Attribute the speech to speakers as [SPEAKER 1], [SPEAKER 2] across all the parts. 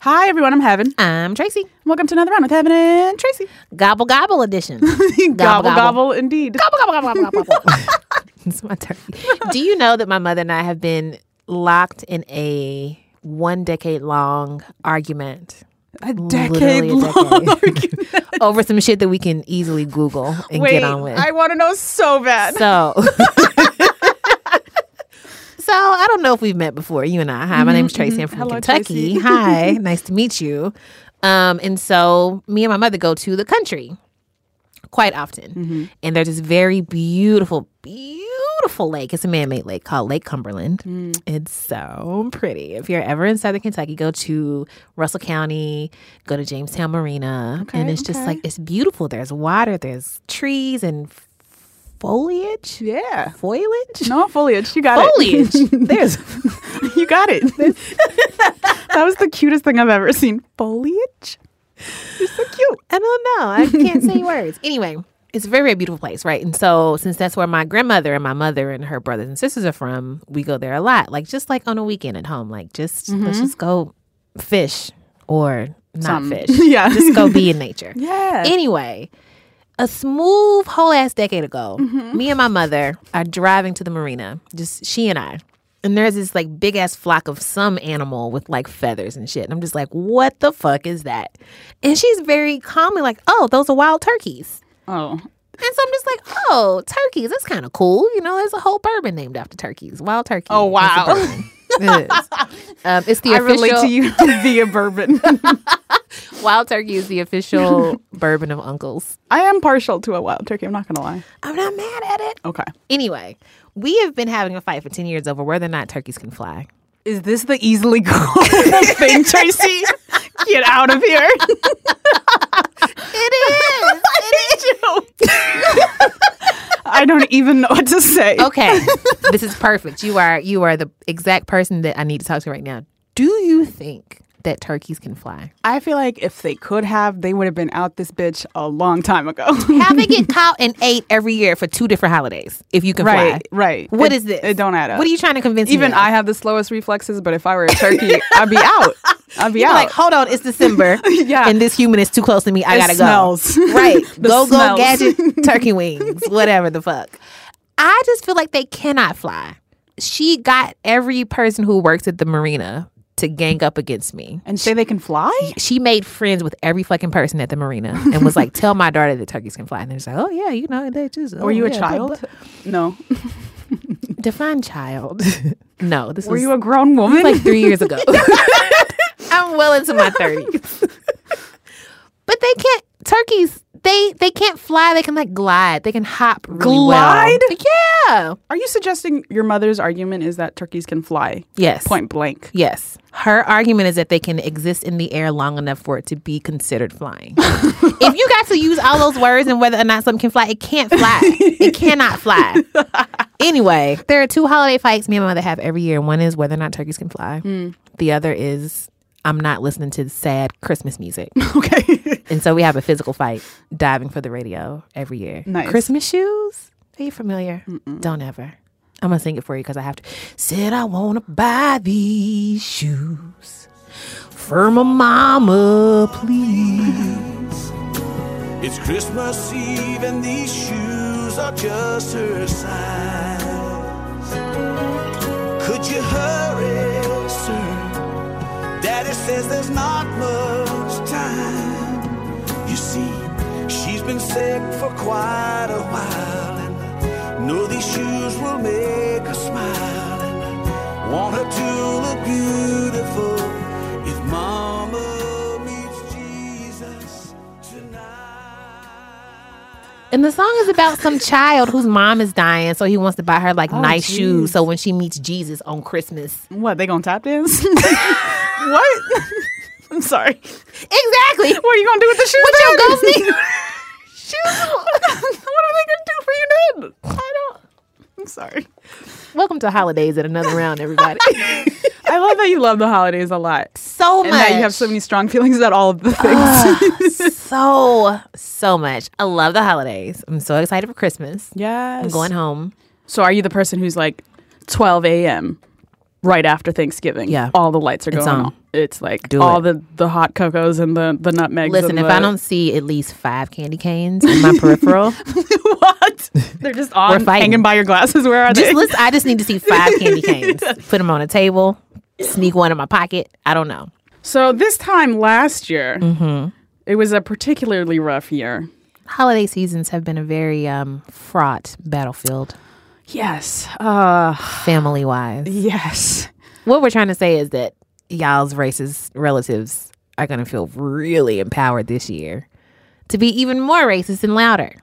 [SPEAKER 1] Hi, everyone. I'm Heaven.
[SPEAKER 2] I'm Tracy.
[SPEAKER 1] Welcome to another round with Heaven and Tracy.
[SPEAKER 2] Gobble gobble edition.
[SPEAKER 1] gobble, gobble,
[SPEAKER 2] gobble.
[SPEAKER 1] indeed.
[SPEAKER 2] gobble gobble gobble gobble gobble. it's my turn. Do you know that my mother and I have been locked in a one decade long argument
[SPEAKER 1] A decade
[SPEAKER 2] Literally a
[SPEAKER 1] long argument.
[SPEAKER 2] over some shit that we can easily Google and
[SPEAKER 1] Wait,
[SPEAKER 2] get on with?
[SPEAKER 1] I want to know so bad.
[SPEAKER 2] So. So I don't know if we've met before, you and I. Hi, my name's Tracy. I'm from
[SPEAKER 1] Mm-hmm. Hello,
[SPEAKER 2] Kentucky.
[SPEAKER 1] Tracy.
[SPEAKER 2] Hi, nice to meet you. Um, and so me and my mother go to the country quite often,
[SPEAKER 1] Mm-hmm.
[SPEAKER 2] and there's this very beautiful, beautiful lake. It's a man-made lake called Lake Cumberland.
[SPEAKER 1] Mm.
[SPEAKER 2] It's so pretty. If you're ever in Southern Kentucky, go to Russell County, go to Jamestown Marina, and it's just like it's beautiful. There's water, there's trees and foliage,
[SPEAKER 1] yeah.
[SPEAKER 2] foliage.
[SPEAKER 1] No foliage. You got it.
[SPEAKER 2] Foliage. There's
[SPEAKER 1] You got it. that was the cutest thing I've ever seen. Foliage? You're so cute.
[SPEAKER 2] I don't know. I can't say words. Anyway, it's a very, very beautiful place, right? And so, since that's where my grandmother and my mother and her brothers and sisters are from, we go there a lot. Like just like on a weekend at home. Like just let's just go fish or not fish.
[SPEAKER 1] Yeah.
[SPEAKER 2] just go be in nature.
[SPEAKER 1] Yeah.
[SPEAKER 2] Anyway, a smooth whole ass decade ago,
[SPEAKER 1] Mm-hmm.
[SPEAKER 2] me and my mother are driving to the marina, just she and I. And there's this like big ass flock of some animal with like feathers and shit. And I'm just like, what the fuck is that? And she's very calmly like, oh, those are wild turkeys.
[SPEAKER 1] oh.
[SPEAKER 2] And so I'm just like, oh, turkeys, that's kind of cool. You know, there's a whole bourbon named after turkeys, wild turkey.
[SPEAKER 1] Oh,
[SPEAKER 2] That's a
[SPEAKER 1] wow.
[SPEAKER 2] bourbon. it is. Um, it's the
[SPEAKER 1] I
[SPEAKER 2] official
[SPEAKER 1] relate to you via bourbon.
[SPEAKER 2] wild turkey is the official bourbon of uncles.
[SPEAKER 1] I am partial to a wild turkey. I'm not going to lie.
[SPEAKER 2] I'm not mad at it.
[SPEAKER 1] Okay.
[SPEAKER 2] Anyway, we have been having a fight for 10 years over whether or not turkeys can fly.
[SPEAKER 1] Is this the easily callable thing, Tracy? Get out of here.
[SPEAKER 2] It is.
[SPEAKER 1] I don't even know what to say.
[SPEAKER 2] okay. This is perfect. You are you are the exact person that I need to talk to right now. Do you think that turkeys can fly?
[SPEAKER 1] I feel like if they could have, they would have been out this bitch a long time ago.
[SPEAKER 2] Having it caught and ate every year for two different holidays, if you can fly.
[SPEAKER 1] right, right.
[SPEAKER 2] What
[SPEAKER 1] It-
[SPEAKER 2] is this?
[SPEAKER 1] It don't add up.
[SPEAKER 2] What are you trying to convince me?
[SPEAKER 1] Even
[SPEAKER 2] of?
[SPEAKER 1] I have the slowest reflexes, but if I were a turkey, I'd be out. I'd be
[SPEAKER 2] You're
[SPEAKER 1] out.
[SPEAKER 2] like, hold on, it's December.
[SPEAKER 1] Yeah.
[SPEAKER 2] And this human is too close to me. I
[SPEAKER 1] It
[SPEAKER 2] gotta
[SPEAKER 1] smells.
[SPEAKER 2] go. Right.
[SPEAKER 1] The
[SPEAKER 2] go
[SPEAKER 1] smells.
[SPEAKER 2] go gadget turkey wings. Whatever the fuck. I just feel like they cannot fly. She got every person who works at the marina to gang up against me.
[SPEAKER 1] and say they can fly?
[SPEAKER 2] She made friends with every fucking person at the marina and was like, tell my daughter that turkeys can fly. And they're just like, oh yeah, you know, they just oh,
[SPEAKER 1] Were you a
[SPEAKER 2] yeah, blah,
[SPEAKER 1] child? No.
[SPEAKER 2] blah." Define child. no, this
[SPEAKER 1] Were
[SPEAKER 2] was
[SPEAKER 1] you a grown woman?
[SPEAKER 2] like three years ago. I'm well into my thirties. but they can't turkeys. They they can't fly. They can like glide. They can hop. Really well.
[SPEAKER 1] Glide?
[SPEAKER 2] Yeah.
[SPEAKER 1] Are you suggesting your mother's argument is that turkeys can fly?
[SPEAKER 2] Yes.
[SPEAKER 1] Point blank.
[SPEAKER 2] Yes. Her argument is that they can exist in the air long enough for it to be considered flying. if you got to use all those words and whether or not something can fly, it can't fly. it cannot fly. Anyway, there are two holiday fights me and my mother have every year. One is whether or not turkeys can fly.
[SPEAKER 1] Hmm.
[SPEAKER 2] The other is I'm not listening to sad Christmas music.
[SPEAKER 1] Okay.
[SPEAKER 2] and so we have a physical fight diving for the radio every year.
[SPEAKER 1] Nice.
[SPEAKER 2] Christmas shoes? Are you familiar? Don't ever. I'm gonna sing it for you because I have to. Said I wanna buy these shoes for my mama, please.
[SPEAKER 3] It's Christmas Eve and these shoes are just her size. Could you hurry, sir? Daddy says there's not much time. You see, she's been sick for quite a while. And I know these shoes will make her smile. And I want her to look beautiful if Mama meets Jesus tonight.
[SPEAKER 2] And the song is about some child whose mom is dying, so he wants to buy her like nice
[SPEAKER 1] geez.
[SPEAKER 2] shoes. So when she meets Jesus on Christmas,
[SPEAKER 1] Oh, What, they gonna tap dance? what? I'm sorry.
[SPEAKER 2] exactly.
[SPEAKER 1] What are you gonna do with the shoes?
[SPEAKER 2] What your ghost
[SPEAKER 1] then? shoes? what are they gonna do for you then?
[SPEAKER 2] I don't.
[SPEAKER 1] I'm sorry.
[SPEAKER 2] Welcome to holidays at another round, everybody.
[SPEAKER 1] I love that you love the holidays a lot.
[SPEAKER 2] so
[SPEAKER 1] And
[SPEAKER 2] much.
[SPEAKER 1] that you have so many strong feelings about all of the things.
[SPEAKER 2] so so much. I love the holidays. I'm so excited for Christmas.
[SPEAKER 1] yes.
[SPEAKER 2] I'm going home.
[SPEAKER 1] So are you the person who's like 12 a.m. right after Thanksgiving.
[SPEAKER 2] Yeah.
[SPEAKER 1] all the lights are
[SPEAKER 2] It's
[SPEAKER 1] going
[SPEAKER 2] on.
[SPEAKER 1] on. It's like
[SPEAKER 2] Do
[SPEAKER 1] all
[SPEAKER 2] it.
[SPEAKER 1] the the hot cocos and the the nutmegs.
[SPEAKER 2] Listen,
[SPEAKER 1] and
[SPEAKER 2] if
[SPEAKER 1] the-
[SPEAKER 2] I don't see at least five candy canes in my peripheral,
[SPEAKER 1] what they're just on
[SPEAKER 2] fighting.
[SPEAKER 1] hanging by your glasses. Where are
[SPEAKER 2] just
[SPEAKER 1] they?
[SPEAKER 2] listen, I just need to see five candy canes. Put them on a table, sneak one in my pocket. I don't know.
[SPEAKER 1] So this time last year,
[SPEAKER 2] Mm-hmm.
[SPEAKER 1] it was a particularly rough year.
[SPEAKER 2] Holiday seasons have been a very um, fraught battlefield,
[SPEAKER 1] Yes. Uh,
[SPEAKER 2] family wise.
[SPEAKER 1] yes.
[SPEAKER 2] What we're trying to say is that y'all's racist relatives are going to feel really empowered this year to be even more racist and louder.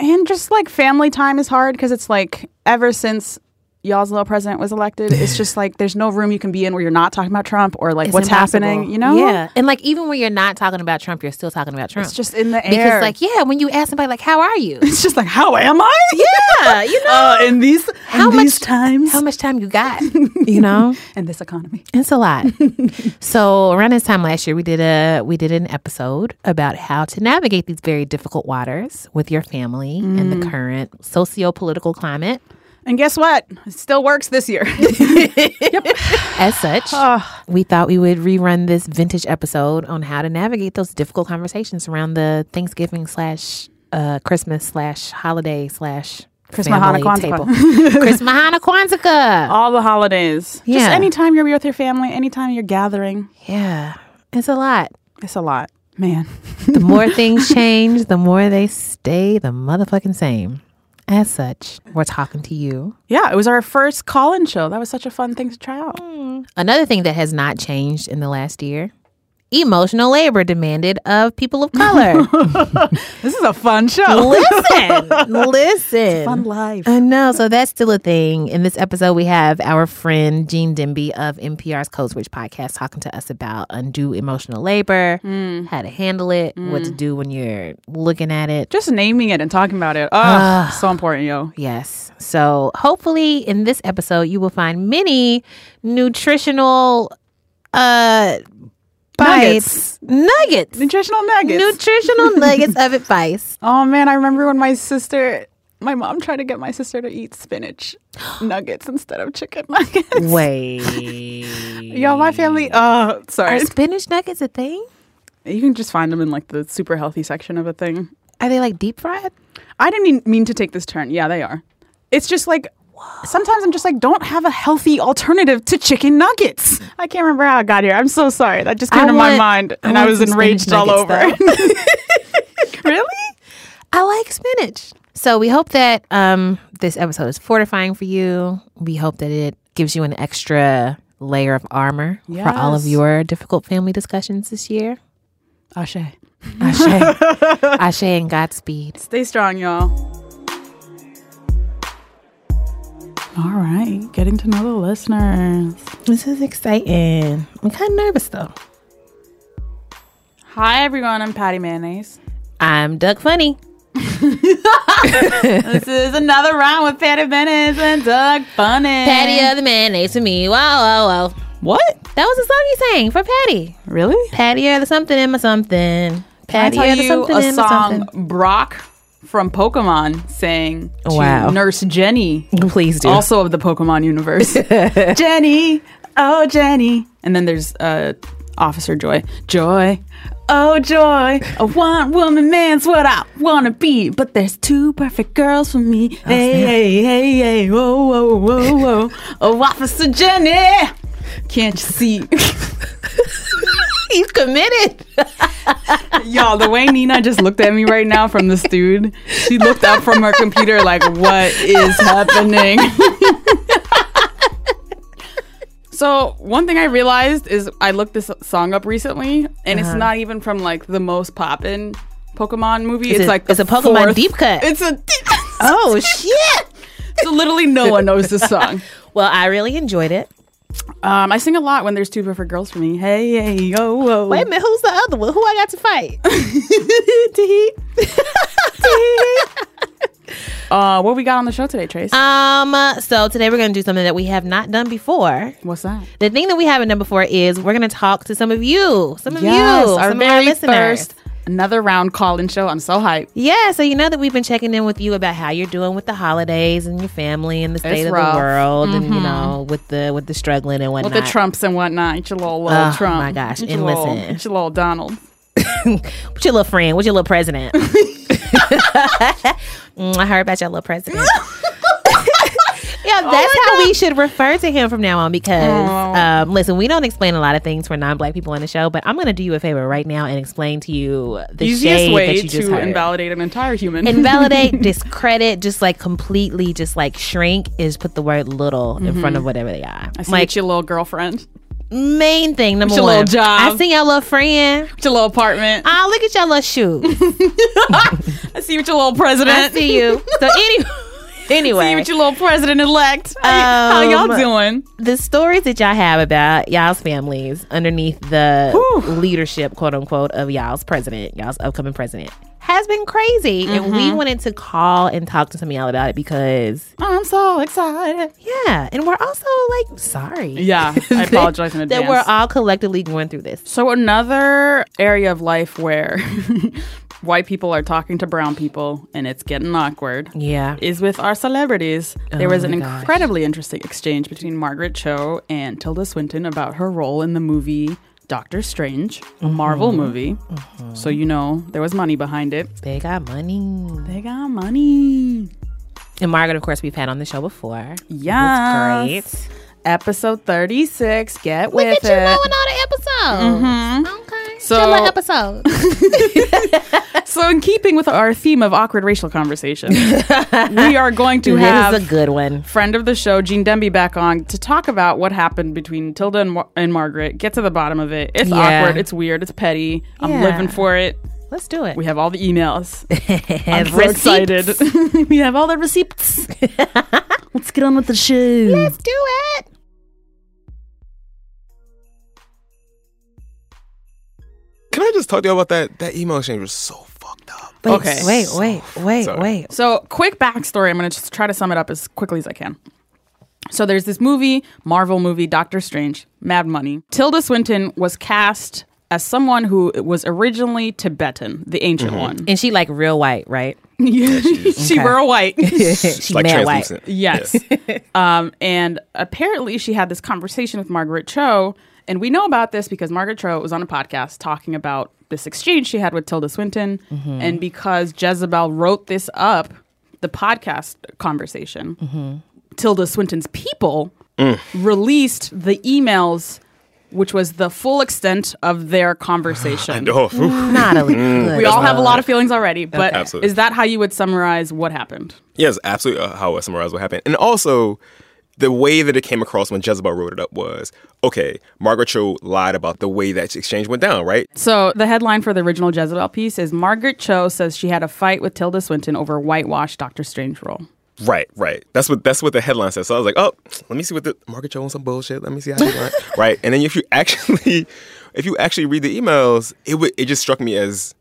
[SPEAKER 1] And just like family time is hard because it's like ever since y'all's little president was elected, it's just like there's no room you can be in where you're not talking about Trump or like
[SPEAKER 2] It's
[SPEAKER 1] what's
[SPEAKER 2] impossible.
[SPEAKER 1] happening, you know?
[SPEAKER 2] Yeah. And like, even when you're not talking about Trump, you're still talking about Trump.
[SPEAKER 1] It's just in the
[SPEAKER 2] because,
[SPEAKER 1] air.
[SPEAKER 2] like, yeah, when you ask somebody, like, how are you?
[SPEAKER 1] it's just like, how am I?
[SPEAKER 2] yeah, you know,
[SPEAKER 1] Uh, in these,
[SPEAKER 2] How
[SPEAKER 1] in these
[SPEAKER 2] much-
[SPEAKER 1] times
[SPEAKER 2] how much time you got, you know?
[SPEAKER 1] and this economy.
[SPEAKER 2] It's a lot. so around this time last year, we did a we did an episode about how to navigate these very difficult waters with your family and
[SPEAKER 1] Mm.
[SPEAKER 2] the current socio political climate.
[SPEAKER 1] And guess what? It still works this year.
[SPEAKER 2] As such,
[SPEAKER 1] Ah.
[SPEAKER 2] we thought we would rerun this vintage episode on how to navigate those difficult conversations around the Thanksgiving slash uh, Christmas slash holiday slash
[SPEAKER 1] Chris
[SPEAKER 2] family
[SPEAKER 1] Mahana Kwanzaa.
[SPEAKER 2] table. Chris Mahana Kwanzaa.
[SPEAKER 1] All the holidays.
[SPEAKER 2] Yeah.
[SPEAKER 1] Just anytime you're with your family, anytime you're gathering,
[SPEAKER 2] Yeah, it's a lot.
[SPEAKER 1] it's a lot. Man.
[SPEAKER 2] The more things change, the more they stay the motherfucking same. As such, we're talking to you.
[SPEAKER 1] Yeah, it was our first call in show. That was such a fun thing to try out.
[SPEAKER 2] Mm. Another thing that has not changed in the last year emotional labor demanded of people of color.
[SPEAKER 1] This is a fun show.
[SPEAKER 2] listen, listen.
[SPEAKER 1] life.
[SPEAKER 2] I know. So that's still a thing. In this episode, we have our friend Gene Demby of NPR's Code Switch podcast talking to us about undue emotional labor,
[SPEAKER 1] Mm.
[SPEAKER 2] how to handle it, what to do when you're looking at it.
[SPEAKER 1] Just naming it and talking about it. Oh, so important, yo.
[SPEAKER 2] Yes. So hopefully in this episode you will find many nutritional uh bites. Nuggets.
[SPEAKER 1] Nutritional nuggets.
[SPEAKER 2] Nutritional nuggets of advice.
[SPEAKER 1] oh man, I remember when my sister, my mom tried to get my sister to eat spinach nuggets instead of chicken nuggets.
[SPEAKER 2] Wait.
[SPEAKER 1] Yo, my family. Uh,
[SPEAKER 2] Are
[SPEAKER 1] sorry.
[SPEAKER 2] spinach nuggets a thing?
[SPEAKER 1] You can just find them in like the super healthy section of a thing.
[SPEAKER 2] Are they like deep fried?
[SPEAKER 1] I didn't mean- mean to take this turn. Yeah, they are. It's just like sometimes I'm just like, don't have a healthy alternative to chicken nuggets. I can't remember how I got here. I'm so sorry. That just came
[SPEAKER 2] I
[SPEAKER 1] to
[SPEAKER 2] want-
[SPEAKER 1] my mind,
[SPEAKER 2] I
[SPEAKER 1] and I
[SPEAKER 2] want
[SPEAKER 1] was
[SPEAKER 2] some spinach
[SPEAKER 1] enraged all over.
[SPEAKER 2] nuggets,
[SPEAKER 1] really?
[SPEAKER 2] I like spinach. So we hope that um, this episode is fortifying for you. We hope that it gives you an extra layer of armor for all of
[SPEAKER 1] Yes.
[SPEAKER 2] your difficult family discussions this year.
[SPEAKER 1] Ashe.
[SPEAKER 2] Ashe. Ashe and Godspeed.
[SPEAKER 1] Stay strong, y'all. All right, getting to know the listeners.
[SPEAKER 2] This is exciting. I'm kind of nervous though.
[SPEAKER 1] Hi, everyone. I'm Patty Mayonnaise.
[SPEAKER 2] I'm Doug Funny.
[SPEAKER 1] this is another round with Patty Mayonnaise and Doug Funny.
[SPEAKER 2] Patty of the mayonnaise for me. Wow, wow, wow.
[SPEAKER 1] What?
[SPEAKER 2] That was a song you sang for Patty.
[SPEAKER 1] Really?
[SPEAKER 2] Patty of the something in my something.
[SPEAKER 1] I
[SPEAKER 2] Patty
[SPEAKER 1] tell
[SPEAKER 2] of the
[SPEAKER 1] you
[SPEAKER 2] something
[SPEAKER 1] a
[SPEAKER 2] in my
[SPEAKER 1] song
[SPEAKER 2] something.
[SPEAKER 1] Brock from Pokemon sang to
[SPEAKER 2] Wow.
[SPEAKER 1] Nurse Jenny,
[SPEAKER 2] Please do.
[SPEAKER 1] also of the Pokemon universe. Jenny, oh Jenny, and then there's uh, Officer Joy, Joy, oh Joy. A one woman man's what I wanna be, but there's two perfect girls for me.
[SPEAKER 2] Oh,
[SPEAKER 1] hey, hey, hey, hey, whoa, whoa, whoa, whoa, oh Officer Jenny, can't you see?
[SPEAKER 2] He's committed.
[SPEAKER 1] Y'all, the way Nina just looked at me right now from the dude, she looked up from her computer like, what is happening? so, one thing I realized is I looked this song up recently, and
[SPEAKER 2] Uh-huh.
[SPEAKER 1] it's not even from like the most poppin' Pokemon movie. it's
[SPEAKER 2] it-
[SPEAKER 1] like the
[SPEAKER 2] it's a Pokemon
[SPEAKER 1] fourth-
[SPEAKER 2] deep cut.
[SPEAKER 1] It's a deep
[SPEAKER 2] Oh shit.
[SPEAKER 1] So, literally, no one knows this song.
[SPEAKER 2] Well, I really enjoyed it.
[SPEAKER 1] Um, I sing a lot when there's two perfect girls for me. Hey, hey, yo, whoa.
[SPEAKER 2] Wait a minute, who's the other one? Who I got to fight?
[SPEAKER 1] uh, what we got on the show today, Trace?
[SPEAKER 2] um, uh, so today we're gonna do something that we have not done before.
[SPEAKER 1] What's that?
[SPEAKER 2] The thing that we haven't done before is we're gonna talk to some of you, some of
[SPEAKER 1] Yes,
[SPEAKER 2] you,
[SPEAKER 1] our
[SPEAKER 2] some of
[SPEAKER 1] very
[SPEAKER 2] listeners.
[SPEAKER 1] first Another round call-in show. I'm so hyped.
[SPEAKER 2] Yeah, so you know that we've been checking in with you about how you're doing with the holidays and your family and the state of
[SPEAKER 1] rough. Mm-hmm.
[SPEAKER 2] the world and you know with the with the struggling and whatnot.
[SPEAKER 1] With the Trumps and whatnot. It's your little, little
[SPEAKER 2] Oh,
[SPEAKER 1] Trump.
[SPEAKER 2] my gosh.
[SPEAKER 1] It's
[SPEAKER 2] And
[SPEAKER 1] your little,
[SPEAKER 2] listen.
[SPEAKER 1] It's your little Donald.
[SPEAKER 2] What's your little friend? What's your little president? Mm, I heard about your little president. yeah,
[SPEAKER 1] Oh
[SPEAKER 2] that's how we should refer to him from now on because, um, listen, we don't explain a lot of things for non black people on the show, but I'm going to do you a favor right now and explain to you the
[SPEAKER 1] Easiest
[SPEAKER 2] shade
[SPEAKER 1] way
[SPEAKER 2] that you just
[SPEAKER 1] to
[SPEAKER 2] heard.
[SPEAKER 1] invalidate an entire human.
[SPEAKER 2] Invalidate, discredit, just like completely, just like shrink is put the word little in front of whatever they are.
[SPEAKER 1] Mm-hmm. I see
[SPEAKER 2] Like,
[SPEAKER 1] it's your little girlfriend.
[SPEAKER 2] main thing, number
[SPEAKER 1] your
[SPEAKER 2] one.
[SPEAKER 1] little job.
[SPEAKER 2] I see your little friend.
[SPEAKER 1] It's your little apartment.
[SPEAKER 2] Ah, look at your little shoes.
[SPEAKER 1] I see you with your little president.
[SPEAKER 2] I see you. So any-
[SPEAKER 1] See you
[SPEAKER 2] anyway,
[SPEAKER 1] with your little president elect. How y- how
[SPEAKER 2] Um,
[SPEAKER 1] y'all doing?
[SPEAKER 2] the stories that y'all have about y'all's families underneath the leadership, quote unquote, of y'all's president, y'all's upcoming president, has been crazy. And we
[SPEAKER 1] Mm-hmm.
[SPEAKER 2] wanted to call and talk to some of y'all about it because,
[SPEAKER 1] I'm so excited.
[SPEAKER 2] yeah, and we're also like sorry.
[SPEAKER 1] Yeah, I apologize in
[SPEAKER 2] that
[SPEAKER 1] advance.
[SPEAKER 2] we're all collectively going through this.
[SPEAKER 1] So another area of life where white people are talking to brown people and it's getting awkward
[SPEAKER 2] Yeah. Oh
[SPEAKER 1] is with our celebrities. there was
[SPEAKER 2] my
[SPEAKER 1] an
[SPEAKER 2] gosh.
[SPEAKER 1] incredibly interesting exchange between Margaret Cho and Tilda Swinton about her role in the movie Doctor Strange, a
[SPEAKER 2] Mm-hmm.
[SPEAKER 1] Marvel movie. So you know Oh, there was money behind it.
[SPEAKER 2] They got money.
[SPEAKER 1] They got money.
[SPEAKER 2] And Margaret, of course, we've had on the show before.
[SPEAKER 1] Yeah.
[SPEAKER 2] Great.
[SPEAKER 1] Episode 36. Get
[SPEAKER 2] Look at
[SPEAKER 1] with
[SPEAKER 2] you
[SPEAKER 1] it. Mm-hmm.
[SPEAKER 2] knowing all the episodes. Okay.
[SPEAKER 1] So-
[SPEAKER 2] Chilla episodes.
[SPEAKER 1] So, in keeping with our theme of awkward racial conversation, we are going to
[SPEAKER 2] This is a
[SPEAKER 1] have
[SPEAKER 2] good one.
[SPEAKER 1] friend of the show, Gene Demby, back on to talk about what happened between Tilda and, Mar- and Margaret. Get to the bottom of it. It's
[SPEAKER 2] Yeah.
[SPEAKER 1] awkward. It's weird. It's petty. I'm
[SPEAKER 2] Yeah.
[SPEAKER 1] living for it.
[SPEAKER 2] Let's do it.
[SPEAKER 1] We have all the emails. I'm so
[SPEAKER 2] Receipts.
[SPEAKER 1] excited. we have all the receipts. Let's get on with the show.
[SPEAKER 2] Let's do it.
[SPEAKER 4] Can I just talk to you about that? That email exchange was so fucked up.
[SPEAKER 2] Wait,
[SPEAKER 1] Okay.
[SPEAKER 2] Wait, wait, wait,
[SPEAKER 4] Sorry.
[SPEAKER 2] wait.
[SPEAKER 1] So, quick backstory. I'm going to just try to sum it up as quickly as I can. So, there's this movie, Marvel movie, Doctor Strange, Mad Money. Tilda Swinton was cast as someone who was originally Tibetan, the ancient one.
[SPEAKER 2] And she like real white, right?
[SPEAKER 1] she
[SPEAKER 2] Okay.
[SPEAKER 1] were white.
[SPEAKER 2] She's
[SPEAKER 4] like
[SPEAKER 2] mad white.
[SPEAKER 4] translucent.
[SPEAKER 1] yes. um, and apparently, she had this conversation with Margaret Cho. And we know about this because Margaret Cho was on a podcast talking about this exchange she had with Tilda Swinton.
[SPEAKER 2] Mm-hmm.
[SPEAKER 1] And because Jezebel wrote this up, the podcast conversation,
[SPEAKER 2] Mm-hmm.
[SPEAKER 1] Tilda Swinton's people released the emails, which was the full extent of their conversation.
[SPEAKER 4] Oh, oof.
[SPEAKER 2] Not a good.
[SPEAKER 1] We all have a lot of feelings already, but
[SPEAKER 4] Absolutely.
[SPEAKER 1] is that how you would summarize what happened?
[SPEAKER 4] yes, absolutely. uh, How I summarize what happened, and also the way that it came across when Jezebel wrote it up was okay. Margaret Cho lied about the way that exchange went down, right?
[SPEAKER 1] So the headline for the original Jezebel piece is Margaret Cho says she had a fight with Tilda Swinton over whitewash Doctor Strange role.
[SPEAKER 4] Right, right. That's what that's what the headline says. So I was like, oh, let me see what the Margaret Cho on some bullshit. Let me see how they went. right, and then if you actually, if you actually read the emails, it would it just struck me as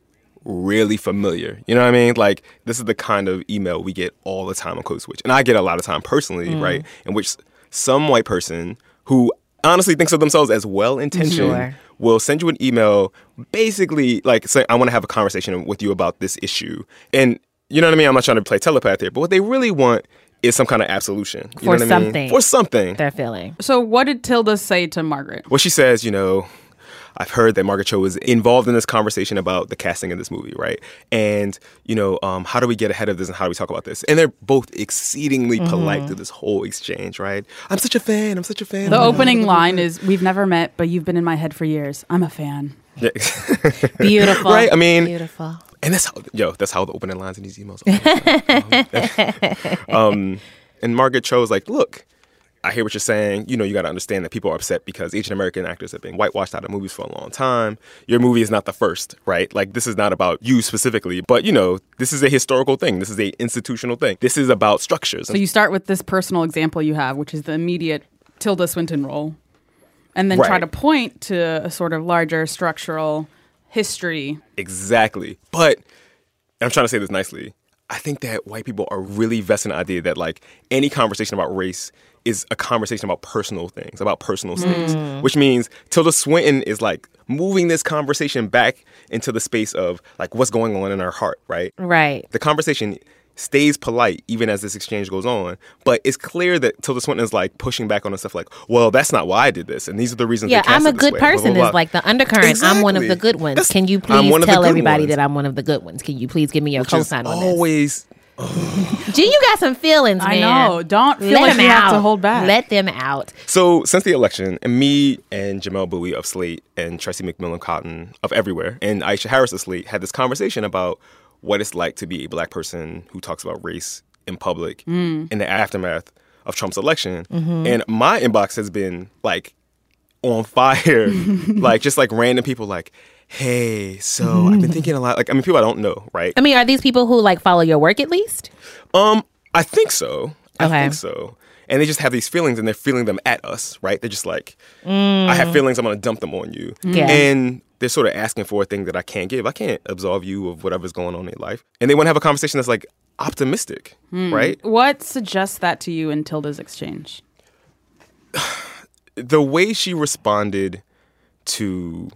[SPEAKER 4] really familiar. You know what I mean? Like this is the kind of email we get all the time on Code Switch, and I get a lot of time personally, right? In which some white person who honestly thinks of themselves as well intentioned
[SPEAKER 2] Sure.
[SPEAKER 4] will send you an email basically like saying i want to have a conversation with you about this issue and you know what i mean i'm not trying to play telepath here but what they really want is some kind of absolution you
[SPEAKER 2] For
[SPEAKER 4] know what I mean?
[SPEAKER 2] something.
[SPEAKER 4] for something
[SPEAKER 2] Their feeling.
[SPEAKER 1] So what did Tilda say to Margaret?
[SPEAKER 4] well she says you know i've heard that margaret cho was involved in this conversation about the casting of this movie right and you know um, how do we get ahead of this and how do we talk about this and they're both exceedingly
[SPEAKER 2] Mm-hmm.
[SPEAKER 4] polite to this whole exchange right i'm such a fan i'm such a fan
[SPEAKER 1] The opening line is We've never met, but you've been in my head for years. I'm a fan.
[SPEAKER 4] Yeah.
[SPEAKER 2] Beautiful.
[SPEAKER 4] Right, I mean-
[SPEAKER 2] beautiful.
[SPEAKER 4] And that's how, yo, that's how the opening lines in these emails. are. um, and Margaret Cho was like, look, I hear what you're saying. You know, you got to understand that people are upset because Asian American actors have been whitewashed out of movies for a long time. Your movie is not the first, right? Like, this is not about you specifically, but you know, this is a historical thing. This is a institutional thing. This is about structures.
[SPEAKER 1] So you start with this personal example you have, which is the immediate Tilda Swinton role, and then try
[SPEAKER 4] Right.
[SPEAKER 1] to point to a sort of larger structural history.
[SPEAKER 4] Exactly. But and I'm trying to say this nicely. I think that white people are really vested in the idea that like any conversation about race is a conversation about personal things, about personal space,
[SPEAKER 2] Mm.
[SPEAKER 4] which means Tilda Swinton is like moving this conversation back into the space of like what's going on in our heart, right?
[SPEAKER 2] Right.
[SPEAKER 4] The conversation stays polite even as this exchange goes on, but it's clear that Tilda Swinton is like pushing back on us stuff like, well, that's not why I did this, and these are the reasons.
[SPEAKER 2] Yeah,
[SPEAKER 4] they cast
[SPEAKER 2] I'm a
[SPEAKER 4] it this
[SPEAKER 2] good
[SPEAKER 4] way, blah, blah,
[SPEAKER 2] person
[SPEAKER 4] blah.
[SPEAKER 2] is like the undercurrent. I'm one of the
[SPEAKER 4] Exactly.
[SPEAKER 2] good ones.
[SPEAKER 4] That's-
[SPEAKER 2] Can you
[SPEAKER 4] I'm
[SPEAKER 2] please
[SPEAKER 4] one of the
[SPEAKER 2] tell
[SPEAKER 4] good
[SPEAKER 2] everybody
[SPEAKER 4] ones.
[SPEAKER 2] that I'm one of the good ones? Can you please give me your
[SPEAKER 4] Which is oh.
[SPEAKER 2] cosign on this?
[SPEAKER 4] always
[SPEAKER 2] Gee, you got some feelings,
[SPEAKER 1] I
[SPEAKER 2] man.
[SPEAKER 1] know. Don't feel
[SPEAKER 2] Let
[SPEAKER 1] like
[SPEAKER 2] them
[SPEAKER 1] you
[SPEAKER 2] out.
[SPEAKER 1] have to hold back.
[SPEAKER 2] Let them out.
[SPEAKER 4] So since the election, and me and Jamel Bowie of Slate and Tracy McMillan Cotton of Everywhere and Aisha Harris of Slate had this conversation about what it's like to be a black person who talks about race in public in the aftermath of Trump's election. And my inbox has been like on fire. like just like random people like, hey, so I've been thinking a lot like I mean people I don't know, right?
[SPEAKER 2] I mean, are these people who like follow your work at least?
[SPEAKER 4] Um, I think so. I
[SPEAKER 2] Okay.
[SPEAKER 4] think so. And they just have these feelings and they're feeling them at us, right? They're just like, I have feelings, I'm gonna dump them on you.
[SPEAKER 2] Mm. Yeah.
[SPEAKER 4] And they're sort of asking for a thing that I can't give. I can't absolve you of whatever's going on in your life. And they wanna have a conversation that's like optimistic,
[SPEAKER 1] Hmm.
[SPEAKER 4] right?
[SPEAKER 1] What suggests that to you in Tilda's exchange?
[SPEAKER 4] The way she responded to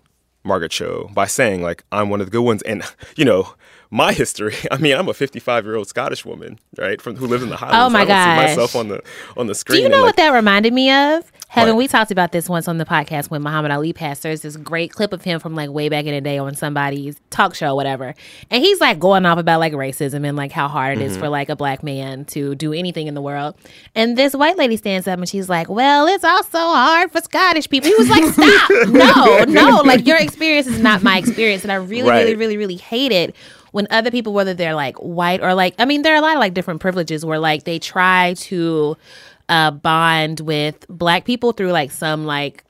[SPEAKER 4] Margaret Cho by saying, like, I'm one of the good ones. And, you know, my history, I mean, I'm a 55 year old Scottish woman, right? From who lives in the Highlands.
[SPEAKER 2] Oh my
[SPEAKER 4] I don't
[SPEAKER 2] gosh.
[SPEAKER 4] see myself on the on the screen.
[SPEAKER 2] Do you
[SPEAKER 4] and,
[SPEAKER 2] know
[SPEAKER 4] like,
[SPEAKER 2] what that reminded me of? Heaven,
[SPEAKER 4] What?
[SPEAKER 2] we talked about this once on the podcast when Muhammad Ali passed. There's this great clip of him from like way back in the day on somebody's talk show, whatever. And he's like going off about like racism and like how hard it
[SPEAKER 4] Mm-hmm.
[SPEAKER 2] is for like a black man to do anything in the world. And this white lady stands up and she's like, Well, it's also hard for Scottish people. He was like, Stop. no, no. Like your experience is not my experience. And I really, really,
[SPEAKER 4] Right.
[SPEAKER 2] really really, really hate it when other people, whether they're like white or like, I mean, there are a lot of like different privileges where like they try to uh, bond with black people through like some like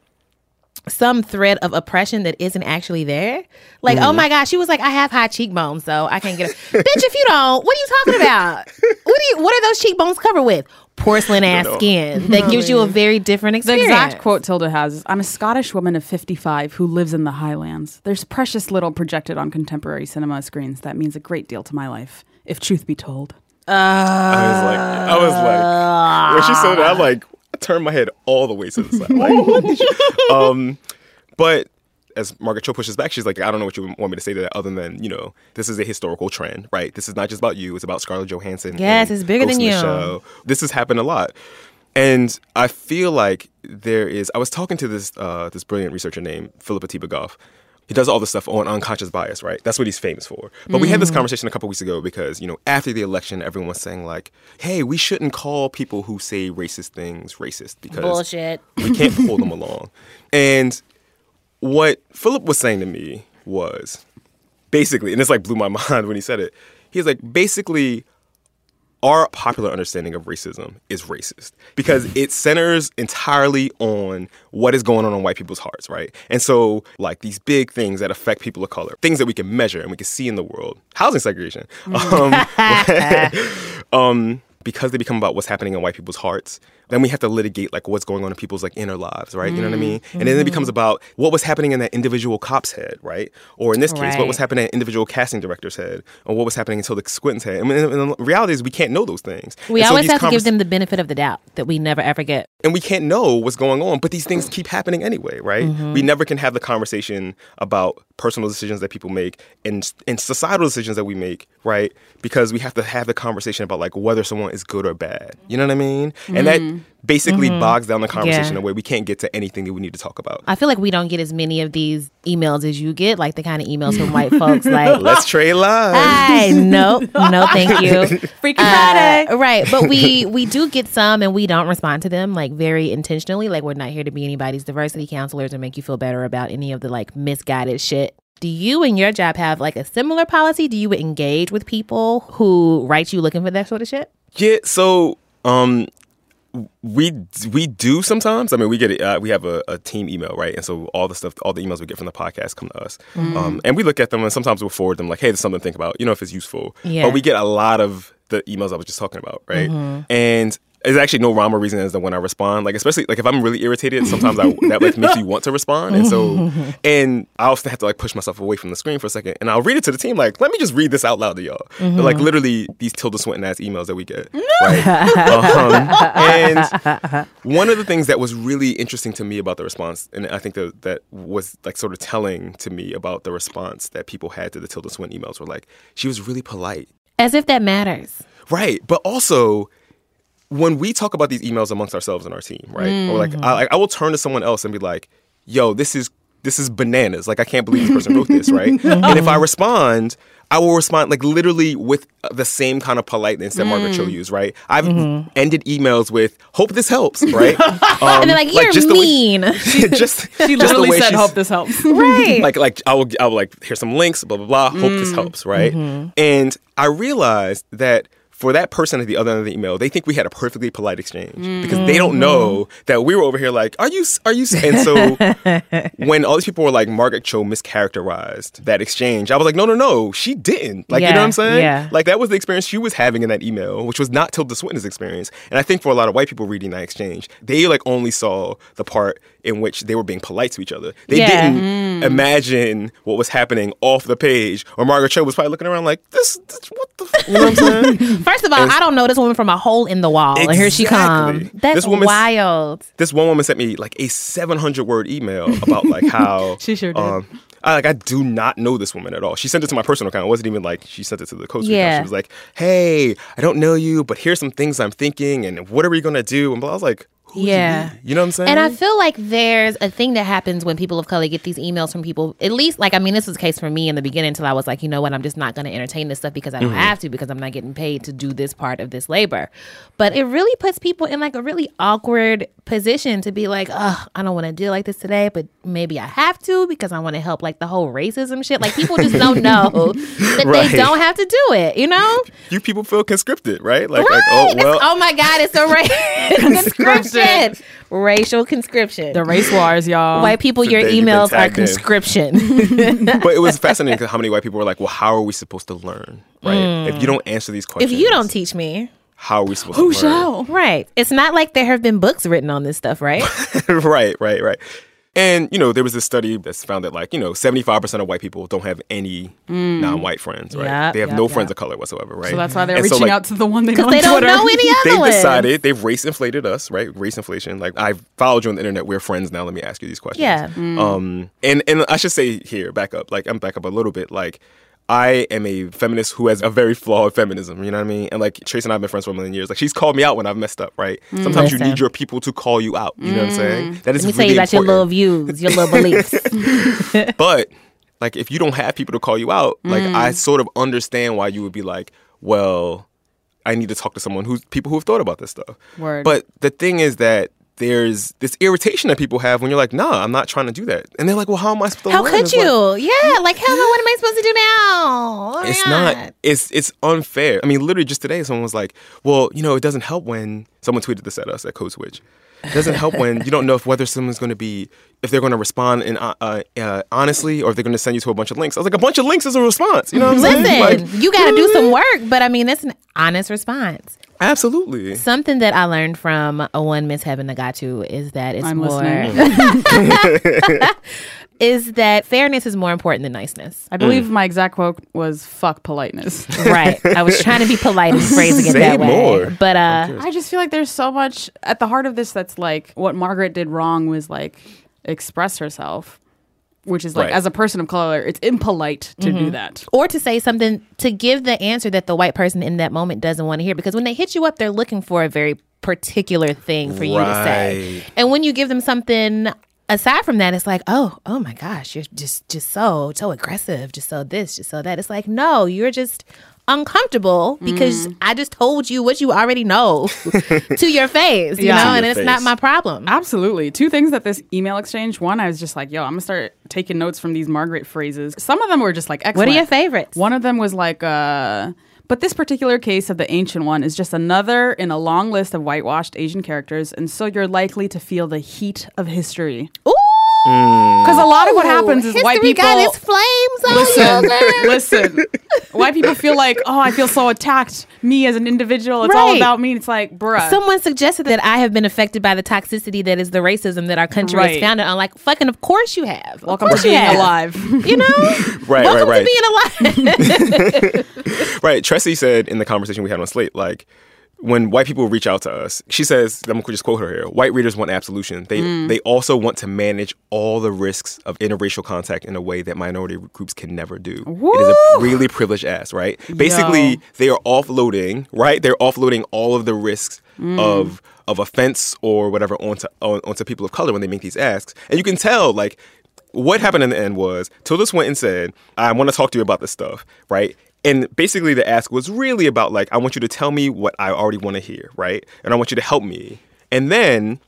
[SPEAKER 2] some thread of oppression that isn't actually there. Like,
[SPEAKER 4] Mm-hmm.
[SPEAKER 2] oh my gosh, she was like, I have high cheekbones, so I can't get it. Bitch, if you don't, what are you talking about? What do you? What are those cheekbones covered with? Porcelain ass
[SPEAKER 4] No.
[SPEAKER 2] skin that gives you a very different
[SPEAKER 1] The
[SPEAKER 2] experience.
[SPEAKER 1] exact quote Tilda has is I'm a Scottish woman of 55 who lives in the highlands. There's precious little projected on contemporary cinema screens that means a great deal to my life, if truth be told.
[SPEAKER 4] I was like,
[SPEAKER 2] Ah.
[SPEAKER 4] I was like, when she said that, I like turned my head all the way to the side. Like, what did you- um, but as Margaret Cho pushes back, she's like, I don't know what you want me to say to that other than you know, this is a historical trend, right? This is not just about you; it's about Scarlett Johansson.
[SPEAKER 2] Yes,
[SPEAKER 4] and
[SPEAKER 2] it's bigger
[SPEAKER 4] Ghost
[SPEAKER 2] than
[SPEAKER 4] in the
[SPEAKER 2] you.
[SPEAKER 4] Shell. This has happened a lot, and I feel like there is. I was talking to this uh, this brilliant researcher named Philippa Tibagoff. He does all this stuff on unconscious bias, right? That's what he's famous for. But we had
[SPEAKER 2] Mm.
[SPEAKER 4] this conversation a couple weeks ago because, you know, after the election, everyone was saying, like, hey, we shouldn't call people who say racist things racist because
[SPEAKER 2] Bullshit.
[SPEAKER 4] we can't pull them along. And what Philip was saying to me was basically, and this like blew my mind when he said it. He's like, basically, our popular understanding of racism is racist because it centers entirely on what is going on in white people's hearts, right? And so, like these big things that affect people of color, things that we can measure and we can see in the world, housing segregation,
[SPEAKER 5] Mm.
[SPEAKER 4] um, um, because they become about what's happening in white people's hearts. Then we have to litigate like what's going on in people's like inner lives, right? You know what I mean? And then it becomes
[SPEAKER 2] Mm-hmm.
[SPEAKER 4] about what was happening in that individual cop's head, right? Or in this case, what was happening
[SPEAKER 2] Right.
[SPEAKER 4] happening in an individual casting director's head or what was happening until the squintin's head. I mean, and- and the reality is we can't know those things.
[SPEAKER 2] We
[SPEAKER 4] And so
[SPEAKER 2] always
[SPEAKER 4] these
[SPEAKER 2] have to give
[SPEAKER 4] convers-
[SPEAKER 2] them the benefit of the doubt that we never ever get.
[SPEAKER 4] and we can't know what's going on, but these things keep happening anyway, right? We never can have the conversation about personal decisions that people make and and societal decisions that we make, right? Because we have to have the conversation about like whether someone is good or bad. You know what I mean? And that basically bogs down the conversation in
[SPEAKER 2] Yeah.
[SPEAKER 4] a way we can't get to anything that we need to talk about.
[SPEAKER 2] I feel like we don't get as many of these emails as you get, like the kind of emails from white folks. Like,
[SPEAKER 4] Let's trade live.
[SPEAKER 2] hi, no, no, thank you.
[SPEAKER 1] Freaky
[SPEAKER 2] Uh,
[SPEAKER 1] Friday!
[SPEAKER 2] right, but we we do get some, and we don't respond to them like very intentionally. Like, we're not here to be anybody's diversity counselors or make you feel better about any of the like misguided shit. Do you and your job have like a similar policy? Do you engage with people who write you looking for that sort of shit?
[SPEAKER 4] Yeah, so um we we do sometimes. I mean, we get uh, we have a, a team email, right? And so all the stuff, all the emails we get from the podcast come to us, um, and we look at them, and sometimes we'll forward them, like, "Hey, there's something to think about," you know, if it's useful.
[SPEAKER 2] Yeah.
[SPEAKER 4] But we get a lot of the emails I was just talking about, right? And there's actually no rhyme or reason as to when I respond. Like especially like if I'm really irritated, sometimes I that like makes you want to respond, and
[SPEAKER 5] Mm-hmm.
[SPEAKER 4] so and I often have to like push myself away from the screen for a second, and I'll read it to the team like, let me just read this out loud to y'all. But, like literally these Tilda Swinton ass emails that we get. Right? um, and one of the things that was really interesting to me about the response, and I think that that was like sort of telling to me about the response that people had to the Tilda Swinton emails were like, she was really polite.
[SPEAKER 2] As if that matters.
[SPEAKER 4] Right. But also, when we talk about these emails amongst ourselves and our team, right? Or like I, like, I will turn to someone else and be like, "Yo, this is this is bananas. Like, I can't believe this person wrote this, right?" and if I respond, I will respond like literally with uh, the same kind of politeness that
[SPEAKER 2] Mm.
[SPEAKER 4] Margaret Cho used, right? I've ended emails with "Hope this helps," right? Um,
[SPEAKER 2] Mm-hmm. And they're like, you're
[SPEAKER 4] just the way-
[SPEAKER 2] mean.
[SPEAKER 4] just
[SPEAKER 1] She
[SPEAKER 4] just the
[SPEAKER 1] literally
[SPEAKER 4] way
[SPEAKER 1] said,
[SPEAKER 4] she's-
[SPEAKER 1] "Hope this helps."
[SPEAKER 2] right.
[SPEAKER 4] like like I will I will like here's some links, blah blah blah. Hope
[SPEAKER 1] Mm.
[SPEAKER 4] this helps, right?
[SPEAKER 1] Mm-hmm.
[SPEAKER 4] And I realized that for that person at the other end of the email, they think we had a perfectly polite exchange because they
[SPEAKER 1] Mm-hmm.
[SPEAKER 4] don't know that we were over here like, are you s- are you? s-" And so when all these people were like, Margaret Cho mischaracterized that exchange, I was like, no no no, she didn't. Like you know
[SPEAKER 2] Yeah,
[SPEAKER 4] what I'm saying?
[SPEAKER 2] yeah.
[SPEAKER 4] Like that was the experience she was having in that email, which was not Tilda Swinton's experience. And I think for a lot of white people reading that exchange, they like only saw the part in which they were being polite to each other. They
[SPEAKER 2] Yeah. Mm.
[SPEAKER 4] didn't imagine what was happening off the page. Or Margaret Cho was probably looking around like, this, this what the, f-? you know what I'm saying?
[SPEAKER 2] First of all, I don't know this woman from a hole in the wall, and here she
[SPEAKER 4] Exactly.
[SPEAKER 2] comes. That's
[SPEAKER 4] This woman's-
[SPEAKER 2] wild.
[SPEAKER 4] this one woman sent me like a 700 word email about like how um,
[SPEAKER 1] She sure did.
[SPEAKER 4] I, like I do not know this woman at all. She sent it to my personal account. It wasn't even like she sent it to the coach.
[SPEAKER 2] Yeah.
[SPEAKER 4] She was like, "Hey, I don't know you, but here's some things I'm thinking, and what are we gonna do?" And blah. I was like, Who
[SPEAKER 2] Yeah.
[SPEAKER 4] yeah, you, know what I'm saying?
[SPEAKER 2] And I feel like there's a thing that happens when people of color get these emails from people. At least, like, I mean, this was the case for me in the beginning until I was like, you know what, I'm just not going to entertain this stuff because I don't
[SPEAKER 4] Mm-hmm.
[SPEAKER 2] have to because I'm not getting paid to do this part of this labor. But it really puts people in like a really awkward position to be like, oh, I don't want to deal like this today, but maybe I have to because I want to help like the whole racism shit. Like, people just don't know that
[SPEAKER 4] Right.
[SPEAKER 2] they don't have to do it, you know?
[SPEAKER 4] you people feel conscripted, right? Like, like
[SPEAKER 2] Right.
[SPEAKER 4] oh
[SPEAKER 2] It's-
[SPEAKER 4] well,
[SPEAKER 2] oh my God, it's a ra- conscription. Racial conscription.
[SPEAKER 1] The race wars, y'all.
[SPEAKER 2] White people, your
[SPEAKER 4] Today you've been
[SPEAKER 2] emails are
[SPEAKER 4] tagged in.
[SPEAKER 2] conscription.
[SPEAKER 4] but it was fascinating 'cause how many white people were like, "Well, how are we supposed to learn? Right? If you don't answer these
[SPEAKER 2] Mm. if
[SPEAKER 4] questions,
[SPEAKER 2] you don't teach me,
[SPEAKER 4] how are we supposed
[SPEAKER 1] Who
[SPEAKER 4] to learn?
[SPEAKER 1] shall?
[SPEAKER 2] right? It's not like there have been books written on this stuff, right?
[SPEAKER 4] right, right, right. And you know, there was this study that's found that like you know, seventy five percent of white people don't have any
[SPEAKER 1] Hmm.
[SPEAKER 4] non-white friends, right?
[SPEAKER 2] Yep,
[SPEAKER 4] they have
[SPEAKER 2] yep,
[SPEAKER 4] no
[SPEAKER 2] yep.
[SPEAKER 4] friends of color whatsoever, right?
[SPEAKER 1] So that's why they're
[SPEAKER 4] And so,
[SPEAKER 1] reaching
[SPEAKER 4] like,
[SPEAKER 1] out to the one they
[SPEAKER 2] Because
[SPEAKER 1] know. on
[SPEAKER 2] they don't
[SPEAKER 1] Twitter.
[SPEAKER 2] know any other
[SPEAKER 4] They've
[SPEAKER 2] ones.
[SPEAKER 4] decided they've race inflated us, right? Race inflation. Like I followed you on the internet. We're friends now. Let me ask you these questions.
[SPEAKER 2] Yeah.
[SPEAKER 4] Um. And and I should say here, back up. Like I'm back up a little bit. Like. I am a feminist who has a very flawed feminism, you know what I mean? And like Trace and I have been friends for a million years. Like she's called me out when I've messed up, right? Sometimes you
[SPEAKER 2] Mm. Listen. Mm.
[SPEAKER 4] need your people to call you out. You know
[SPEAKER 1] Mm.
[SPEAKER 4] what I'm saying? That is
[SPEAKER 2] Let me
[SPEAKER 4] really
[SPEAKER 2] tell you about your
[SPEAKER 4] important.
[SPEAKER 2] little views, your little beliefs.
[SPEAKER 4] But like if you don't have people to call you out, like
[SPEAKER 2] Mm.
[SPEAKER 4] I sort of understand why you would be like, well, I need to talk to someone who's people who have thought about this stuff.
[SPEAKER 1] Word.
[SPEAKER 4] But the thing is that there's this irritation that people have when you're like, nah, I'm not trying to do that. And they're like, well, how am I supposed to
[SPEAKER 2] How
[SPEAKER 4] learn?
[SPEAKER 2] could
[SPEAKER 4] It's like-
[SPEAKER 2] you? yeah, like hell, what am I supposed to do now? Oh my
[SPEAKER 4] it's
[SPEAKER 2] God.
[SPEAKER 4] not it's it's unfair. I mean, literally just today someone was like, Well, you know, it doesn't help when someone tweeted this at us at Code Switch. It doesn't help when you don't know if whether someone's going to be if they're going to respond in uh, uh, uh, honestly or if they're going to send you to a bunch of links. I was like, a bunch of links is a response. You know what I'm
[SPEAKER 2] Listen,
[SPEAKER 4] saying? Like,
[SPEAKER 2] you got to do some work, but I mean, that's an honest response.
[SPEAKER 4] absolutely.
[SPEAKER 2] Something that I learned from a one Miss Heaven Nagatu is that it's
[SPEAKER 1] I'm
[SPEAKER 2] more
[SPEAKER 1] listening.
[SPEAKER 2] is that fairness is more important than niceness.
[SPEAKER 1] I
[SPEAKER 4] Mm.
[SPEAKER 1] believe my exact quote was "fuck politeness."
[SPEAKER 2] Right. I was trying to be polite and phrasing it
[SPEAKER 4] Say
[SPEAKER 2] that way.
[SPEAKER 4] more.
[SPEAKER 2] But uh
[SPEAKER 1] I just feel like there's so much at the heart of this that's like what Margaret did wrong was like express herself, which is like
[SPEAKER 4] Right.
[SPEAKER 1] as a person of color, it's impolite to
[SPEAKER 2] Mm-hmm.
[SPEAKER 1] do that.
[SPEAKER 2] or to say something to give the answer that the white person in that moment doesn't want to hear because when they hit you up they're looking for a very particular thing for you to say.
[SPEAKER 4] Right.
[SPEAKER 2] And when you give them something aside from that it's like, "Oh, oh my gosh, you're just just so so aggressive, just so this, just so that." It's like, "No, you're just uncomfortable
[SPEAKER 1] Mm.
[SPEAKER 2] because I just told you what you already know to your face, you
[SPEAKER 1] Yeah.
[SPEAKER 2] know,
[SPEAKER 1] To
[SPEAKER 2] and
[SPEAKER 4] your
[SPEAKER 2] it's not
[SPEAKER 4] face.
[SPEAKER 2] my problem."
[SPEAKER 1] Absolutely. Two things that this email exchange, one, I was just like, yo, I'm going to start taking notes from these Margaret phrases. Some of them were just like, excellent.
[SPEAKER 2] What are your favorites?
[SPEAKER 1] One of them was like, uh, but this particular case of the ancient one is just another in a long list of whitewashed Asian characters, and so you're likely to feel the heat of history.
[SPEAKER 2] Ooh! Mm.
[SPEAKER 1] Because a lot of what happens is
[SPEAKER 2] Oh, History
[SPEAKER 1] white people.
[SPEAKER 2] got its flames.
[SPEAKER 1] Listen,
[SPEAKER 2] Listen,
[SPEAKER 1] listen. White people feel like, oh, I feel so attacked. Me as an individual, it's all
[SPEAKER 2] Right.
[SPEAKER 1] about me. It's like, bruh.
[SPEAKER 2] Someone suggested that I have been affected by the toxicity that is the racism that our country
[SPEAKER 1] Right.
[SPEAKER 2] is founded on. Like, fucking, of course you have. Of
[SPEAKER 1] welcome
[SPEAKER 2] course
[SPEAKER 1] to
[SPEAKER 2] you
[SPEAKER 1] being
[SPEAKER 2] have.
[SPEAKER 1] alive.
[SPEAKER 2] You know,
[SPEAKER 4] Right,
[SPEAKER 2] welcome
[SPEAKER 4] right, right.
[SPEAKER 2] to being alive.
[SPEAKER 4] Right. Tressie said in the conversation we had on Slate, like, when white people reach out to us, she says, I'm going to just quote her here white readers want absolution. They, they also want to manage all the risks of interracial contact in a way that minority groups can never do. It is a really privileged ass, right? Basically, they are offloading, right? They're offloading all of the risks of of offense or whatever onto on, onto people of color when they make these asks. And you can tell like what happened in the end was Tilda Swinton said, I want to talk to you about this stuff, right? And basically the ask was really about like, I want you to tell me what I already want to hear, right? And I want you to help me. And then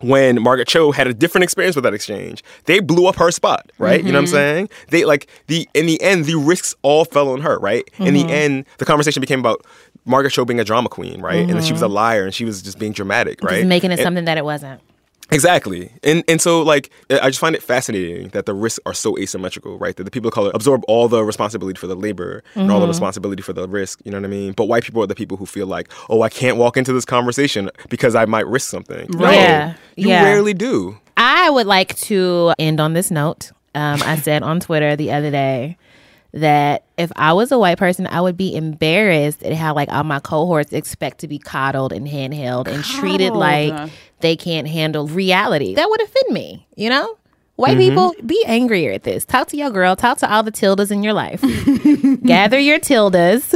[SPEAKER 4] when Margaret Cho had a different experience with that exchange, they blew up her spot, right? You know what I'm saying? They like the in the end, the risks all fell on her, right? In
[SPEAKER 2] Mm-hmm.
[SPEAKER 4] the end, the conversation became about Margaret Cho being a drama queen, right? And that she was a liar and she was just being dramatic, right?
[SPEAKER 2] Mm-hmm. Just making it
[SPEAKER 4] And-
[SPEAKER 2] something that it wasn't.
[SPEAKER 4] Exactly. And and so like I I just find it fascinating that the risks are so asymmetrical, right? That the people of color absorb all the responsibility for the labor and
[SPEAKER 2] Mm-hmm.
[SPEAKER 4] all the responsibility for the risk, you know what I mean? But white people are the people who feel like, "Oh, I can't walk into this conversation because I might risk something." No,
[SPEAKER 2] Yeah.
[SPEAKER 4] You
[SPEAKER 2] Yeah.
[SPEAKER 4] rarely do.
[SPEAKER 2] I would like to end on this note. Um, I said on Twitter the other day that if I was a white person, I would be embarrassed at how like all my cohorts expect to be coddled and handheld and treated like they can't handle reality. That would offend me, you know. White people, be angrier at this. Talk to your girl. Talk to all the tildas in your life. Gather your tildas.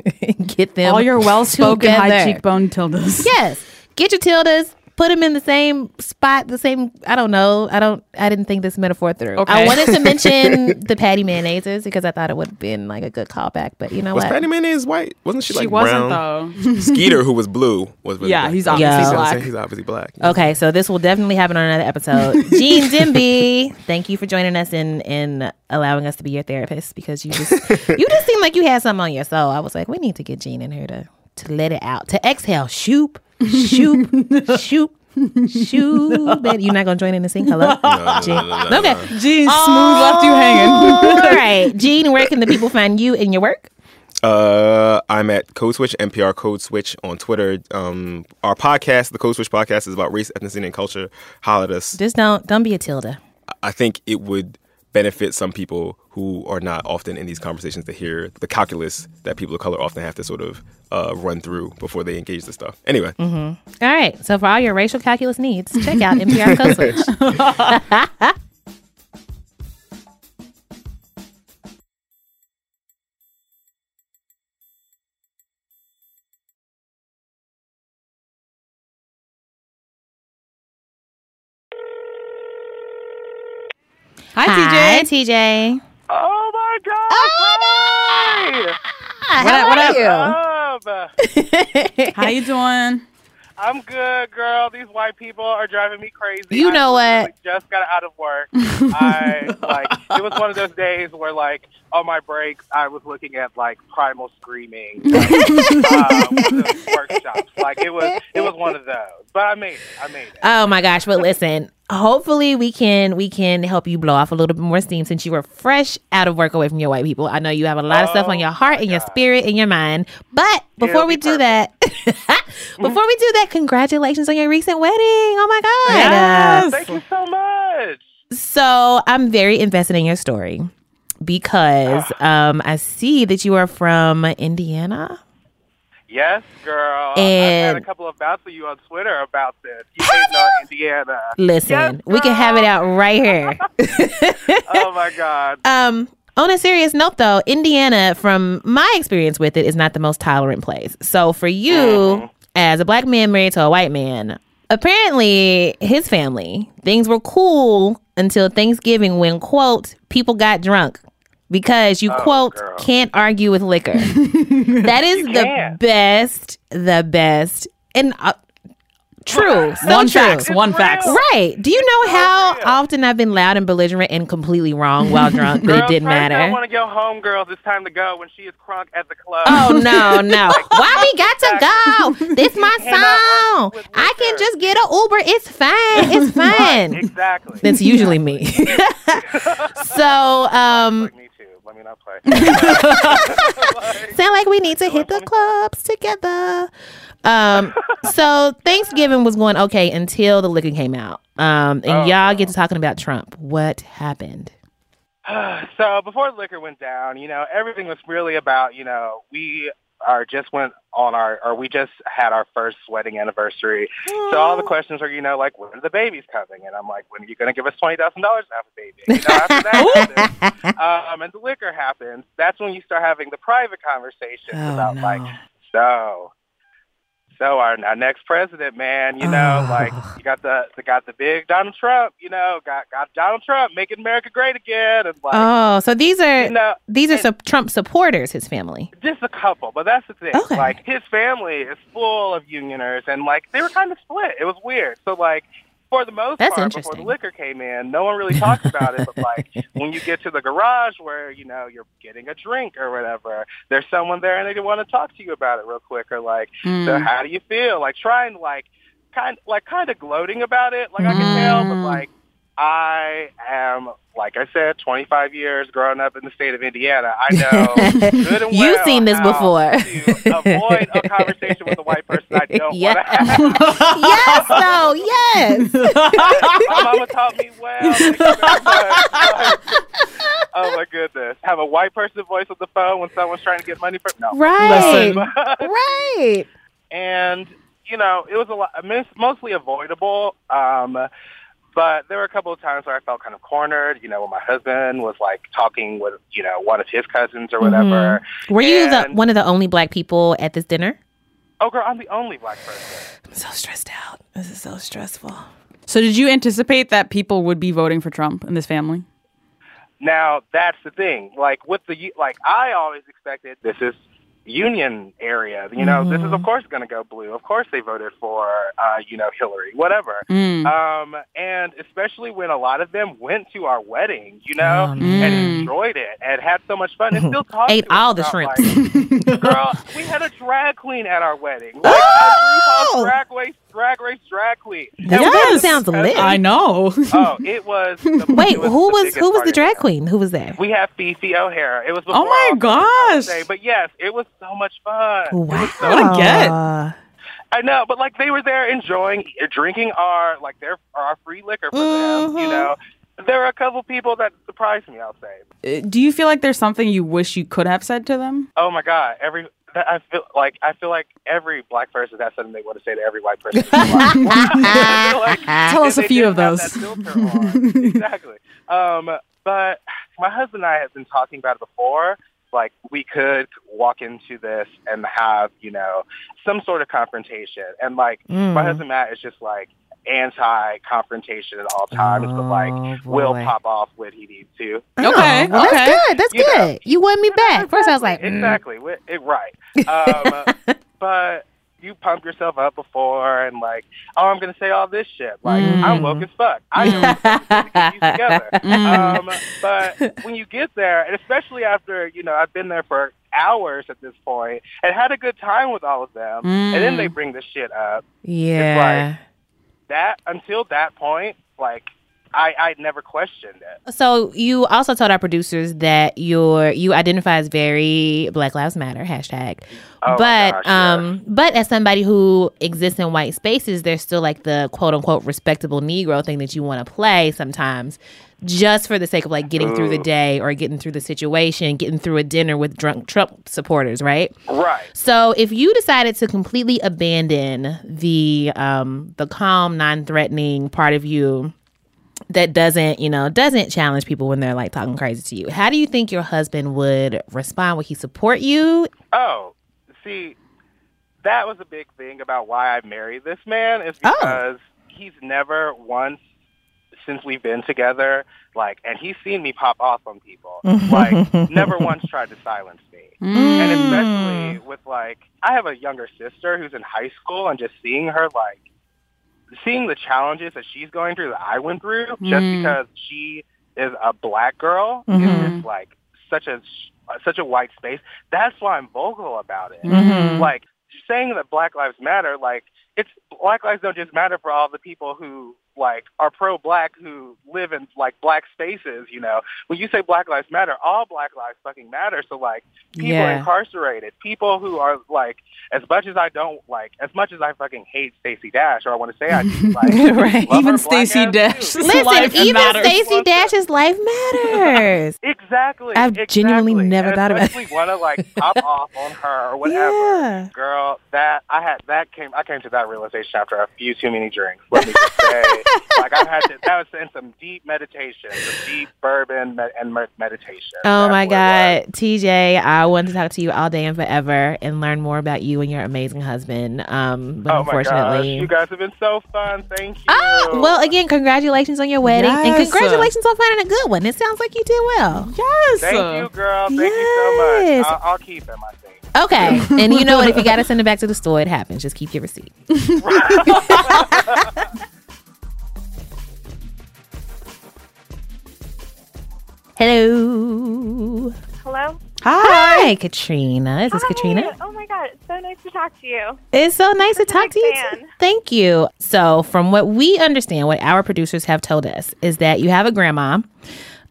[SPEAKER 2] Get them
[SPEAKER 1] all your well-spoken, high
[SPEAKER 2] together.
[SPEAKER 1] cheekbone tildas.
[SPEAKER 2] Yes. Get your tildas. Put them in the same spot, the same. I don't know. I don't. I didn't think this metaphor through.
[SPEAKER 1] Okay.
[SPEAKER 2] I wanted to mention the patty mayonnaises because I thought it would have been like a good callback. But you know
[SPEAKER 4] Was
[SPEAKER 2] what?
[SPEAKER 4] Patty Mayonnaise white? Wasn't she,
[SPEAKER 1] She
[SPEAKER 4] like
[SPEAKER 1] wasn't
[SPEAKER 4] brown?
[SPEAKER 1] though.
[SPEAKER 4] Skeeter, who was blue, was really
[SPEAKER 1] Yeah,
[SPEAKER 4] black,
[SPEAKER 1] he's
[SPEAKER 4] though.
[SPEAKER 1] obviously
[SPEAKER 4] You see what I'm
[SPEAKER 1] black.
[SPEAKER 4] saying? He's obviously black.
[SPEAKER 2] okay, so this will definitely happen on another episode. Jean Dimby, thank you for joining us and and allowing us to be your therapist because you just you just seemed like you had something on your soul. I was like, we need to get Jean in here to to let it out, to exhale, shoop, shoop, shoop. Shoop, man. You're not gonna join in and sing hello? Jean? okay.
[SPEAKER 1] Jeez, smooth left you hanging.
[SPEAKER 2] All right. Jean, where can the people find you and your work?
[SPEAKER 4] Uh, I'm at Code Switch, NPR Code Switch on Twitter. Um, our podcast, the Code Switch podcast, is about race, ethnicity, and culture. Holler at us.
[SPEAKER 2] Just don't don't be a tilde.
[SPEAKER 4] I think it would benefit some people who are not often in these conversations to hear the calculus that people of color often have to sort of uh, run through before they engage the stuff. Anyway,
[SPEAKER 2] All right. So for all your racial calculus needs, check out NPR Code Switch.
[SPEAKER 1] Hi,
[SPEAKER 2] Hi,
[SPEAKER 1] TJ.
[SPEAKER 2] TJ.
[SPEAKER 5] Oh my God!
[SPEAKER 2] Oh Hi,
[SPEAKER 1] What up, what up?
[SPEAKER 5] Bob!
[SPEAKER 1] How you doing?
[SPEAKER 5] I'm good, girl. These white people are driving me crazy.
[SPEAKER 2] You
[SPEAKER 5] I
[SPEAKER 2] know what?
[SPEAKER 5] literally Just got out of work. I like it was one of those days where like on my breaks I was looking at like primal screaming like, um, the workshops. Like it was it was one of those. But I made it. I made it.
[SPEAKER 2] Oh my gosh, but listen, hopefully we can we can help you blow off a little bit more steam since you were fresh out of work away from your white people. I know you have a lot of stuff on your heart and your spirit and your mind. But before
[SPEAKER 5] Oh It'll
[SPEAKER 2] we
[SPEAKER 5] be
[SPEAKER 2] do that before we do that, congratulations on your recent wedding. Oh my god. Uh,
[SPEAKER 5] Thank you so much.
[SPEAKER 2] so I'm very invested in your story because
[SPEAKER 5] Ah.
[SPEAKER 2] um I see that you are from Indiana.
[SPEAKER 5] Yes, girl. I've had
[SPEAKER 2] And-
[SPEAKER 5] a couple of bouts with you on Twitter about this. You hating on Indiana.
[SPEAKER 2] Listen, we can have it out right here.
[SPEAKER 5] Oh my God.
[SPEAKER 2] um on a serious note though indiana from my experience with it is not the most tolerant place so for you
[SPEAKER 5] Mm-hmm.
[SPEAKER 2] as a black man married to a white man apparently his family things were cool until thanksgiving when quote people got drunk because you quote
[SPEAKER 5] Oh, girl.
[SPEAKER 2] can't argue with liquor that is the
[SPEAKER 5] can't.
[SPEAKER 2] best the best and uh, True. So
[SPEAKER 1] one
[SPEAKER 2] true.
[SPEAKER 1] facts, one
[SPEAKER 5] It's
[SPEAKER 1] facts.
[SPEAKER 5] real.
[SPEAKER 2] Right. Do you know how
[SPEAKER 5] real.
[SPEAKER 2] often I've been loud and belligerent and completely wrong while drunk? but
[SPEAKER 5] Girl,
[SPEAKER 2] it didn't
[SPEAKER 5] first I
[SPEAKER 2] matter.
[SPEAKER 5] want to go home, girls. It's time to go when she is crunk at the club.
[SPEAKER 2] Oh no, no. Why we got to go? This my
[SPEAKER 5] cannot
[SPEAKER 2] song.
[SPEAKER 5] argue uh, with
[SPEAKER 2] I can
[SPEAKER 5] liquor.
[SPEAKER 2] just get an Uber. It's fine. It's fine.
[SPEAKER 5] Exactly.
[SPEAKER 2] That's usually me. so, um,
[SPEAKER 5] Like me too. Let me not play. Like,
[SPEAKER 2] sound like we need to hit the clubs together. Um, so Thanksgiving was going okay until the liquor came out. Um, and
[SPEAKER 5] Oh,
[SPEAKER 2] y'all get to talking about Trump. What happened?
[SPEAKER 5] so before liquor went down, you know, everything was really about, you know, we are just went on our, or we just had our first wedding anniversary. So all the questions are, you know, like, when are the babies coming? And I'm like, when are you going to give us $20,000 to have a baby? You know, after that happens, um, and the liquor happens, that's when you start having the private conversations
[SPEAKER 2] Oh,
[SPEAKER 5] about,
[SPEAKER 2] no.
[SPEAKER 5] like, so so our, our next president, man, you
[SPEAKER 2] Ah.
[SPEAKER 5] know, like you got the, the got the big Donald Trump, you know, got got Donald Trump making America great again, and like
[SPEAKER 2] Oh, so these are
[SPEAKER 5] you know,
[SPEAKER 2] these are sup- Trump supporters. His family.
[SPEAKER 5] just a couple. But that's the thing,
[SPEAKER 2] Okay.
[SPEAKER 5] like his family is full of unioners, and like they were kind of split. It was weird. So like. For the most
[SPEAKER 2] That's
[SPEAKER 5] part, before
[SPEAKER 2] interesting.
[SPEAKER 5] the liquor came in, no one really talked about it. But like when you get to the garage where you know you're getting a drink or whatever, there's someone there and they want to talk to you about it real quick, or like so
[SPEAKER 2] Hmm.
[SPEAKER 1] Mm.
[SPEAKER 5] how do you feel? Like trying like kind like kind of gloating about it. Like I
[SPEAKER 2] Mm-hmm.
[SPEAKER 5] can tell, but
[SPEAKER 1] Mm.
[SPEAKER 5] like I am like I said, 25 years growing up in the state of Indiana. I know good and
[SPEAKER 2] You've
[SPEAKER 5] well
[SPEAKER 2] seen this
[SPEAKER 5] how
[SPEAKER 2] before.
[SPEAKER 5] to avoid a conversation with a white person I don't
[SPEAKER 2] Yeah.
[SPEAKER 5] want to have.
[SPEAKER 2] yes, though. Yes.
[SPEAKER 5] My mama taught me well. Thank you very much. oh my goodness! Have a white person voice on the phone when someone's trying to get money from no.
[SPEAKER 2] Right.
[SPEAKER 1] Listen.
[SPEAKER 2] Right.
[SPEAKER 5] and you know it was a lot mis- mostly avoidable um but there were a couple of times where I felt kind of cornered, you know, when my husband was like talking with, you know, one of his cousins or whatever.
[SPEAKER 2] Mm-hmm. Were you the
[SPEAKER 5] And-
[SPEAKER 2] one of the only black people at this dinner?
[SPEAKER 5] Oh, girl, I'm the only black person.
[SPEAKER 2] I'm so stressed out. This is so stressful.
[SPEAKER 1] So, did you anticipate that people would be voting for Trump in this family?
[SPEAKER 5] Now, that's the thing. Like, with the, u- like, I always expected this is union area. You know, this
[SPEAKER 2] Mm-hmm.
[SPEAKER 5] is, of course, going to go blue. Of course, they voted for, uh, you know, Hillary, whatever.
[SPEAKER 1] Mm.
[SPEAKER 5] Um, and especially when a lot of them went to our wedding, you know,
[SPEAKER 2] Oh, man.
[SPEAKER 5] and enjoyed it and had so much fun and still talked
[SPEAKER 2] Ate
[SPEAKER 5] to us
[SPEAKER 2] all the
[SPEAKER 5] about,
[SPEAKER 2] shrimps.
[SPEAKER 5] like, Girl, we had a drag queen at our wedding. Like, a RuPaul's drag race, drag race, drag queen. And
[SPEAKER 2] Oh! That
[SPEAKER 1] Yes.
[SPEAKER 2] sounds lit.
[SPEAKER 1] I know.
[SPEAKER 5] Oh, it was. The,
[SPEAKER 2] Wait,
[SPEAKER 5] it was
[SPEAKER 2] who
[SPEAKER 5] the
[SPEAKER 2] was
[SPEAKER 5] biggest
[SPEAKER 2] who was
[SPEAKER 5] party
[SPEAKER 2] the drag
[SPEAKER 5] there.
[SPEAKER 2] queen? Who was there?
[SPEAKER 5] We have Fifi O'Hara. It was.
[SPEAKER 1] Oh
[SPEAKER 5] before
[SPEAKER 1] my
[SPEAKER 5] all that, I would
[SPEAKER 1] gosh.
[SPEAKER 5] say. But yes, it was so much fun.
[SPEAKER 2] Wow.
[SPEAKER 1] What a get.
[SPEAKER 5] I know, but like they were there enjoying, e, drinking our like their our free liquor for them.
[SPEAKER 1] Mm-hmm.
[SPEAKER 5] You
[SPEAKER 2] Mhm.
[SPEAKER 5] know, there were a couple people that surprised me. I'll say.
[SPEAKER 1] Uh, Do you feel like there's something you wish you could have said to them?
[SPEAKER 5] Oh my God! Every that- I feel like I feel like every black person has something they want to say to every white person. I feel like
[SPEAKER 1] Tell
[SPEAKER 5] if
[SPEAKER 1] us a
[SPEAKER 5] they
[SPEAKER 1] few
[SPEAKER 5] didn't
[SPEAKER 1] of
[SPEAKER 5] have
[SPEAKER 1] those.
[SPEAKER 5] that filter on- exactly. Um, but my husband and I have been talking about it before. Like we could walk into this and have you know some sort of confrontation, and like
[SPEAKER 2] Mm.
[SPEAKER 5] my husband Matt is just like anti-confrontation at all times, but
[SPEAKER 2] Oh,
[SPEAKER 5] like will
[SPEAKER 2] boy.
[SPEAKER 5] pop off when he needs to.
[SPEAKER 2] Oh,
[SPEAKER 1] Okay,
[SPEAKER 2] well,
[SPEAKER 1] okay.
[SPEAKER 2] That's good. That's
[SPEAKER 5] You know.
[SPEAKER 2] good. You won me back. First, I was like, mm.
[SPEAKER 5] Exactly. Wi- It, right. Um, but you pump yourself up before and like, oh, I'm going to say all this shit. Like, I'm woke as fuck. I know what's up with these dudes together. Um, but when you get there, and especially after, you know, I've been there for hours at this point and had a good time with all of them, and then they bring this shit up.
[SPEAKER 2] yeah.
[SPEAKER 5] That, until that point, like, I, I never questioned it.
[SPEAKER 2] So you also told our producers that your you identify as very Black Lives Matter hashtag,
[SPEAKER 5] Oh my
[SPEAKER 2] but
[SPEAKER 5] gosh,
[SPEAKER 2] um, but as somebody who exists in white spaces, there's still like the quote unquote respectable Negro thing that you want to play sometimes, just for the sake of like getting through the day or getting through the situation, getting through a dinner with drunk Trump supporters, right?
[SPEAKER 5] Right.
[SPEAKER 2] So if you decided to completely abandon the um the calm, non-threatening part of you that doesn't, you know, doesn't challenge people when they're like talking crazy to you. How do you think your husband would respond? Would he support you?
[SPEAKER 5] Oh, see, that was a big thing about why I married this man is because he's never once since we've been together, like, and he's seen me pop off on people, like, never once tried to silence me.
[SPEAKER 2] Mm.
[SPEAKER 5] And
[SPEAKER 6] Mm.
[SPEAKER 5] especially with like, I have a younger sister who's in high school, and just seeing her like seeing the challenges that she's going through that I went through just because she is a black girl is just like such a such a white space. That's why I'm vocal about it. Like saying that Black Lives Matter, like it's Black Lives don't just matter for all the people who like are pro-black who live in like black spaces. You know, when you say Black Lives Matter, all Black lives fucking matter. So like people
[SPEAKER 7] Yeah.
[SPEAKER 5] incarcerated, people who are like as much as I don't like, as much as I fucking hate Stacey Dash, or I want to say I do, like,
[SPEAKER 7] Right.
[SPEAKER 5] love her
[SPEAKER 1] Even
[SPEAKER 5] black
[SPEAKER 1] Stacey
[SPEAKER 5] ass
[SPEAKER 1] Dash.
[SPEAKER 5] too.
[SPEAKER 2] Listen, even
[SPEAKER 1] matters.
[SPEAKER 2] Stacey Dash's life matters.
[SPEAKER 5] Exactly.
[SPEAKER 7] I've
[SPEAKER 5] exactly.
[SPEAKER 7] genuinely never
[SPEAKER 5] and
[SPEAKER 7] thought about
[SPEAKER 5] it. want to like pop off on her or whatever.
[SPEAKER 7] Yeah.
[SPEAKER 5] Girl, that I had that came I came to that realization after a few too many drinks. Let me just say, like I've had to that was in some deep meditation, some deep bourbon med- and mer- meditation.
[SPEAKER 2] Oh
[SPEAKER 5] That's
[SPEAKER 2] my
[SPEAKER 5] what it was.
[SPEAKER 2] God, TJ! I wanted to talk to you all day and forever, and learn more about you and your amazing husband. Um, but
[SPEAKER 5] Oh my gosh,
[SPEAKER 2] unfortunately,
[SPEAKER 5] you guys have been so fun. Thank you.
[SPEAKER 2] Oh, well, again, congratulations on your wedding and
[SPEAKER 1] Yes.
[SPEAKER 2] congratulations on finding a good one. It sounds like you did well.
[SPEAKER 1] Yes.
[SPEAKER 5] Thank you, girl. Thank you
[SPEAKER 2] Yes.
[SPEAKER 5] so much. I'll, I'll keep him, I think.
[SPEAKER 2] Okay. and you know what? If you got to send it back to the store, it happens. Just keep your receipt. Hello.
[SPEAKER 8] Hello?
[SPEAKER 2] Hi. Katrina. Is this Katrina?
[SPEAKER 8] Oh my god, it's so nice to talk to you.
[SPEAKER 2] It's so nice to
[SPEAKER 8] Such a
[SPEAKER 2] talk
[SPEAKER 8] big
[SPEAKER 2] to you.
[SPEAKER 8] fan.
[SPEAKER 2] too. Thank you. So, from what we understand, what our producers have told us is that you have a grandma,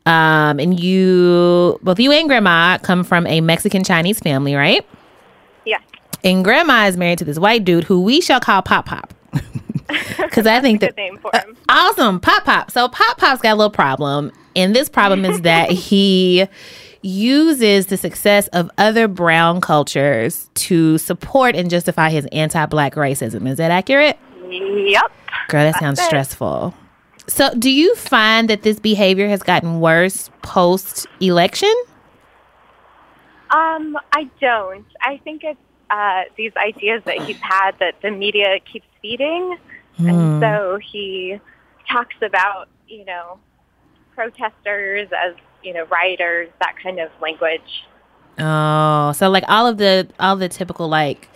[SPEAKER 2] um, and you, both you and grandma, come from a Mexican Chinese family, right?
[SPEAKER 8] Yeah.
[SPEAKER 2] And grandma is married to this white dude who we shall call Pop Pop. Because I think that
[SPEAKER 8] Good name for him.
[SPEAKER 2] Awesome, Pop Pop. So Pop Pop's got a little problem, and this problem is that he uses the success of other brown cultures to support and justify his anti-black racism. Is that accurate?
[SPEAKER 8] yep.
[SPEAKER 2] Girl, that sounds
[SPEAKER 8] it.
[SPEAKER 2] stressful. So, do you find that this behavior has gotten worse post-election?
[SPEAKER 8] Um, I don't. I think it's uh, these ideas that he's had that the media keeps feeding,
[SPEAKER 2] Mm.
[SPEAKER 8] and
[SPEAKER 2] Hmm.
[SPEAKER 8] so he talks about you know protesters as you know rioters, that kind of language.
[SPEAKER 2] Oh, so like all of the all the typical like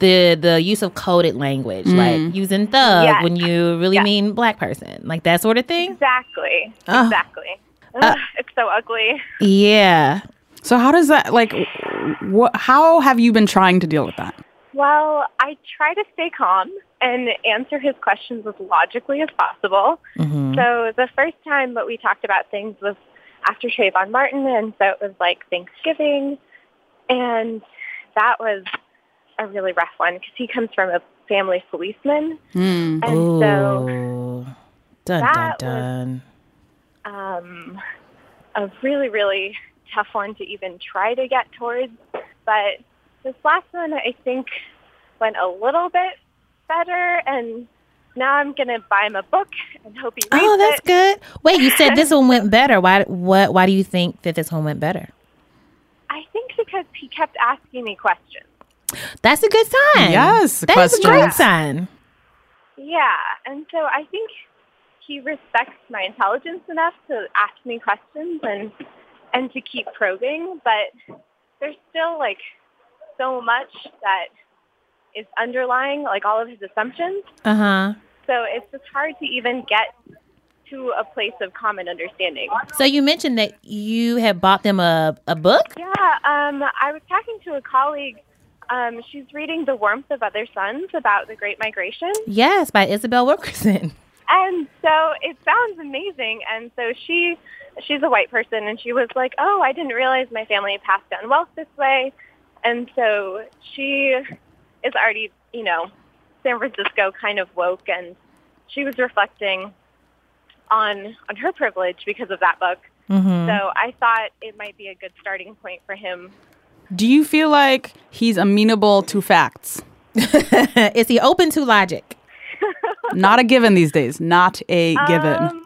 [SPEAKER 2] the the use of coded language, like using thug
[SPEAKER 8] Yes.
[SPEAKER 2] when you really
[SPEAKER 8] Yes.
[SPEAKER 2] mean black person, like that sort of thing.
[SPEAKER 8] Exactly.
[SPEAKER 2] Ugh. Uh,
[SPEAKER 8] Exactly. Ugh, it's so ugly.
[SPEAKER 2] Yeah.
[SPEAKER 1] So how does that like? What? How have you been trying to deal with that?
[SPEAKER 8] Well, I try to stay calm and answer his questions as logically as possible. So the first time that we talked about things was after Trayvon Martin, and so it was like Thanksgiving, and that was a really rough one because he comes from a family policeman, and so
[SPEAKER 2] Ooh. dun dun
[SPEAKER 8] that was-
[SPEAKER 2] dun.
[SPEAKER 8] um, a really, really tough one to even try to get towards. But this last one, I think, went a little bit better. And now I'm going to buy him a book and hope he reads
[SPEAKER 2] Oh, that's
[SPEAKER 8] it.
[SPEAKER 2] good. Wait, you said this one went better. Why? What? Why do you think that this one went better?
[SPEAKER 8] I think because he kept asking me questions.
[SPEAKER 2] That's a good sign.
[SPEAKER 1] Yes,
[SPEAKER 2] that is a great
[SPEAKER 1] questions.
[SPEAKER 2] sign.
[SPEAKER 8] Yeah. And so I think he respects my intelligence enough to ask me questions and and to keep probing, but there's still like so much that is underlying like all of his assumptions.
[SPEAKER 2] Uh huh.
[SPEAKER 8] So it's just hard to even get to a place of common understanding.
[SPEAKER 2] So you mentioned that you had bought them a a book.
[SPEAKER 8] Yeah, um, I was talking to a colleague. Um, she's reading The Warmth of Other Suns about the Great Migration.
[SPEAKER 2] Yes, by Isabel Wilkerson.
[SPEAKER 8] And so it sounds amazing. And so she, she's a white person, and she was like, "Oh, I didn't realize my family passed down wealth this way." And so she is already, you know, San Francisco kind of woke, and she was reflecting on on her privilege because of that book. So I thought it might be a good starting point for him.
[SPEAKER 1] Do you feel like he's amenable to facts?
[SPEAKER 2] Is he open to logic?
[SPEAKER 1] Not a given these days. Not a given.
[SPEAKER 8] Um,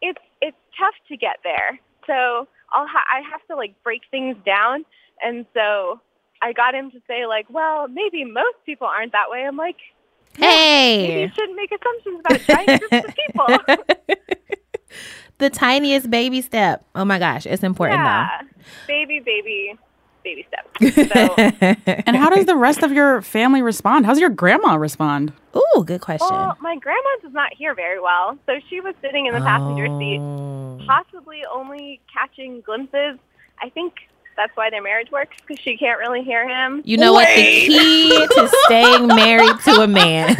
[SPEAKER 8] it's it's tough to get there. So I'll ha- I have to like break things down, and so I got him to say like, well, maybe most people aren't that way. I'm like, maybe you
[SPEAKER 2] Hey,
[SPEAKER 8] shouldn't make assumptions about giant groups of people.
[SPEAKER 2] the tiniest baby step. Oh my gosh, it's important
[SPEAKER 8] yeah, baby, baby
[SPEAKER 6] baby steps. So,
[SPEAKER 1] And how does the rest of your family respond? How's your grandma respond?
[SPEAKER 2] Ooh, good question.
[SPEAKER 6] well, my grandma does not hear very well, so she was sitting in the passenger seat,
[SPEAKER 2] Oh.
[SPEAKER 6] possibly only catching glimpses. I think that's why their marriage works because she can't really hear him.
[SPEAKER 2] You know what? The key to staying married to a man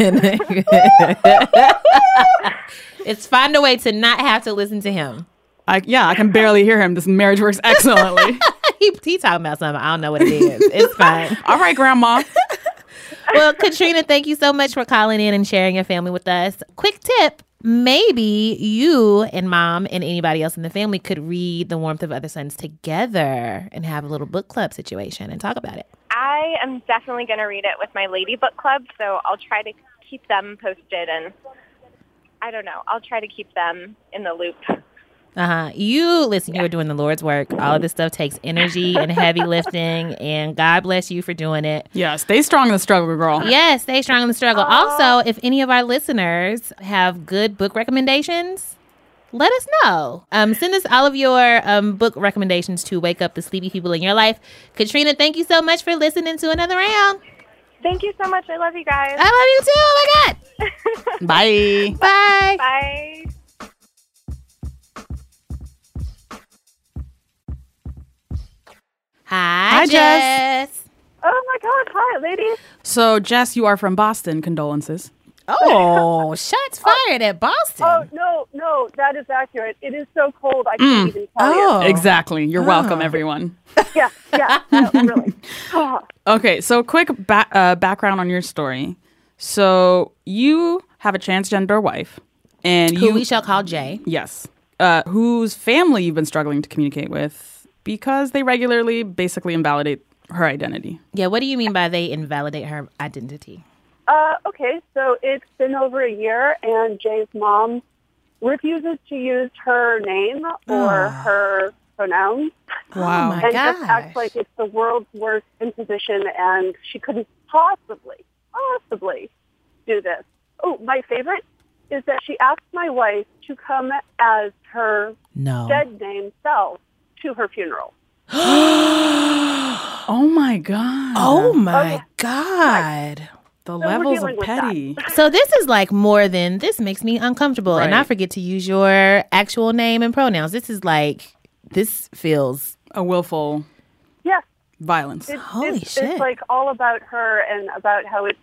[SPEAKER 2] is find a way to not have to listen to him.
[SPEAKER 1] I, yeah, I can barely hear him. This marriage works excellently.
[SPEAKER 2] He, he talking about something. I don't know what it is. It's fine.
[SPEAKER 1] All right, grandma.
[SPEAKER 2] Well, Katrina, thank you so much for calling in and sharing your family with us. Quick tip. Maybe you and mom and anybody else in the family could read The Warmth of Other Suns together and have a little book club situation and talk about it.
[SPEAKER 6] I am definitely going to read it with my lady book club, so I'll try to keep them posted and I don't know. I'll try to keep them in the loop.
[SPEAKER 2] Uh-huh. You listen, you are doing the Lord's work. All of this stuff takes energy and heavy lifting, and God bless you for doing it.
[SPEAKER 1] Yeah, stay strong in the struggle, girl.
[SPEAKER 2] Yes, stay strong in the struggle. Also, if any of our listeners have good book recommendations, let us know. Um, send us all of your um, book recommendations to wake up the sleepy people in your life. Katrina, thank you so much for listening to another round.
[SPEAKER 6] Thank you so much. I love you guys.
[SPEAKER 2] I love you too. Oh my God.
[SPEAKER 1] Bye.
[SPEAKER 2] Bye.
[SPEAKER 6] Bye.
[SPEAKER 2] Mm. Hi,
[SPEAKER 1] Hi, Jess.
[SPEAKER 2] Jess.
[SPEAKER 6] Oh my God. Hi, ladies.
[SPEAKER 1] So, Jess, you are from Boston. Condolences.
[SPEAKER 2] Oh, shots fired at Boston.
[SPEAKER 7] Oh no, no, that is accurate. It is so cold
[SPEAKER 2] Mm.
[SPEAKER 7] I can't even tell
[SPEAKER 2] Oh.
[SPEAKER 7] you.
[SPEAKER 1] Mm. Exactly. You're welcome, everyone.
[SPEAKER 7] Yeah, yeah, no, really. Oh,
[SPEAKER 1] Okay, so quick ba- uh, background on your story. So, you have a transgender wife, and
[SPEAKER 2] who
[SPEAKER 1] you
[SPEAKER 2] we shall call Jay.
[SPEAKER 1] Yes. Uh, whose family you've been struggling to communicate with because they regularly basically invalidate her identity.
[SPEAKER 2] Yeah, what do you mean by they invalidate her identity?
[SPEAKER 7] Uh, okay, so it's been over a year, and Jay's mom refuses to use her name or her pronouns,
[SPEAKER 1] Wow.
[SPEAKER 2] Oh my
[SPEAKER 7] and just acts
[SPEAKER 2] gosh.
[SPEAKER 7] like it's the world's worst imposition, and she couldn't possibly, possibly do this. Oh, my favorite is that she asked my wife to come as her
[SPEAKER 2] No.
[SPEAKER 7] dead name self to her funeral.
[SPEAKER 1] oh my God.
[SPEAKER 2] Oh my God.
[SPEAKER 1] the
[SPEAKER 7] we're
[SPEAKER 1] levels
[SPEAKER 7] dealing
[SPEAKER 1] of
[SPEAKER 7] with that.
[SPEAKER 1] petty.
[SPEAKER 2] So this is like more than this makes me uncomfortable and I
[SPEAKER 1] Right.
[SPEAKER 2] forget to use your actual name and pronouns. This is like this feels
[SPEAKER 1] A willful
[SPEAKER 7] Yes,
[SPEAKER 1] violence.
[SPEAKER 7] It's,
[SPEAKER 2] Holy
[SPEAKER 7] it's,
[SPEAKER 2] shit.
[SPEAKER 7] It's like all about her and about how it's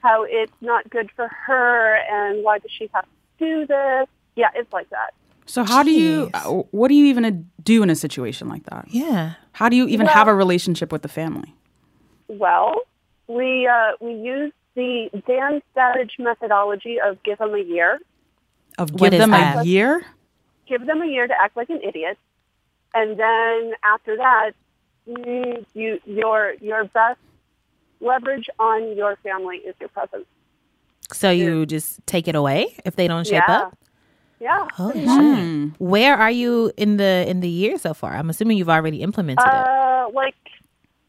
[SPEAKER 7] how it's not good for her and why does she have to do this? Yeah, it's like that.
[SPEAKER 1] So, how do you,
[SPEAKER 2] Jeez.
[SPEAKER 1] uh, what do you even uh, do in a situation like that?
[SPEAKER 2] yeah.
[SPEAKER 1] How do you even have a relationship with the family?
[SPEAKER 7] Well, we uh, we use the Dan Savage methodology of give them a year,
[SPEAKER 1] Of give
[SPEAKER 2] What is
[SPEAKER 1] them a
[SPEAKER 2] that?
[SPEAKER 1] year?
[SPEAKER 7] give them a year to act like an idiot, and then after that, you, you your your best leverage on your family is your presence.
[SPEAKER 2] So you just take it away if they don't shape
[SPEAKER 7] Yeah.
[SPEAKER 2] up?
[SPEAKER 7] Yeah.
[SPEAKER 2] Holy
[SPEAKER 1] Hmm.
[SPEAKER 2] shit. Where are you in the in the year so far? I'm assuming you've already implemented it.
[SPEAKER 7] Uh, like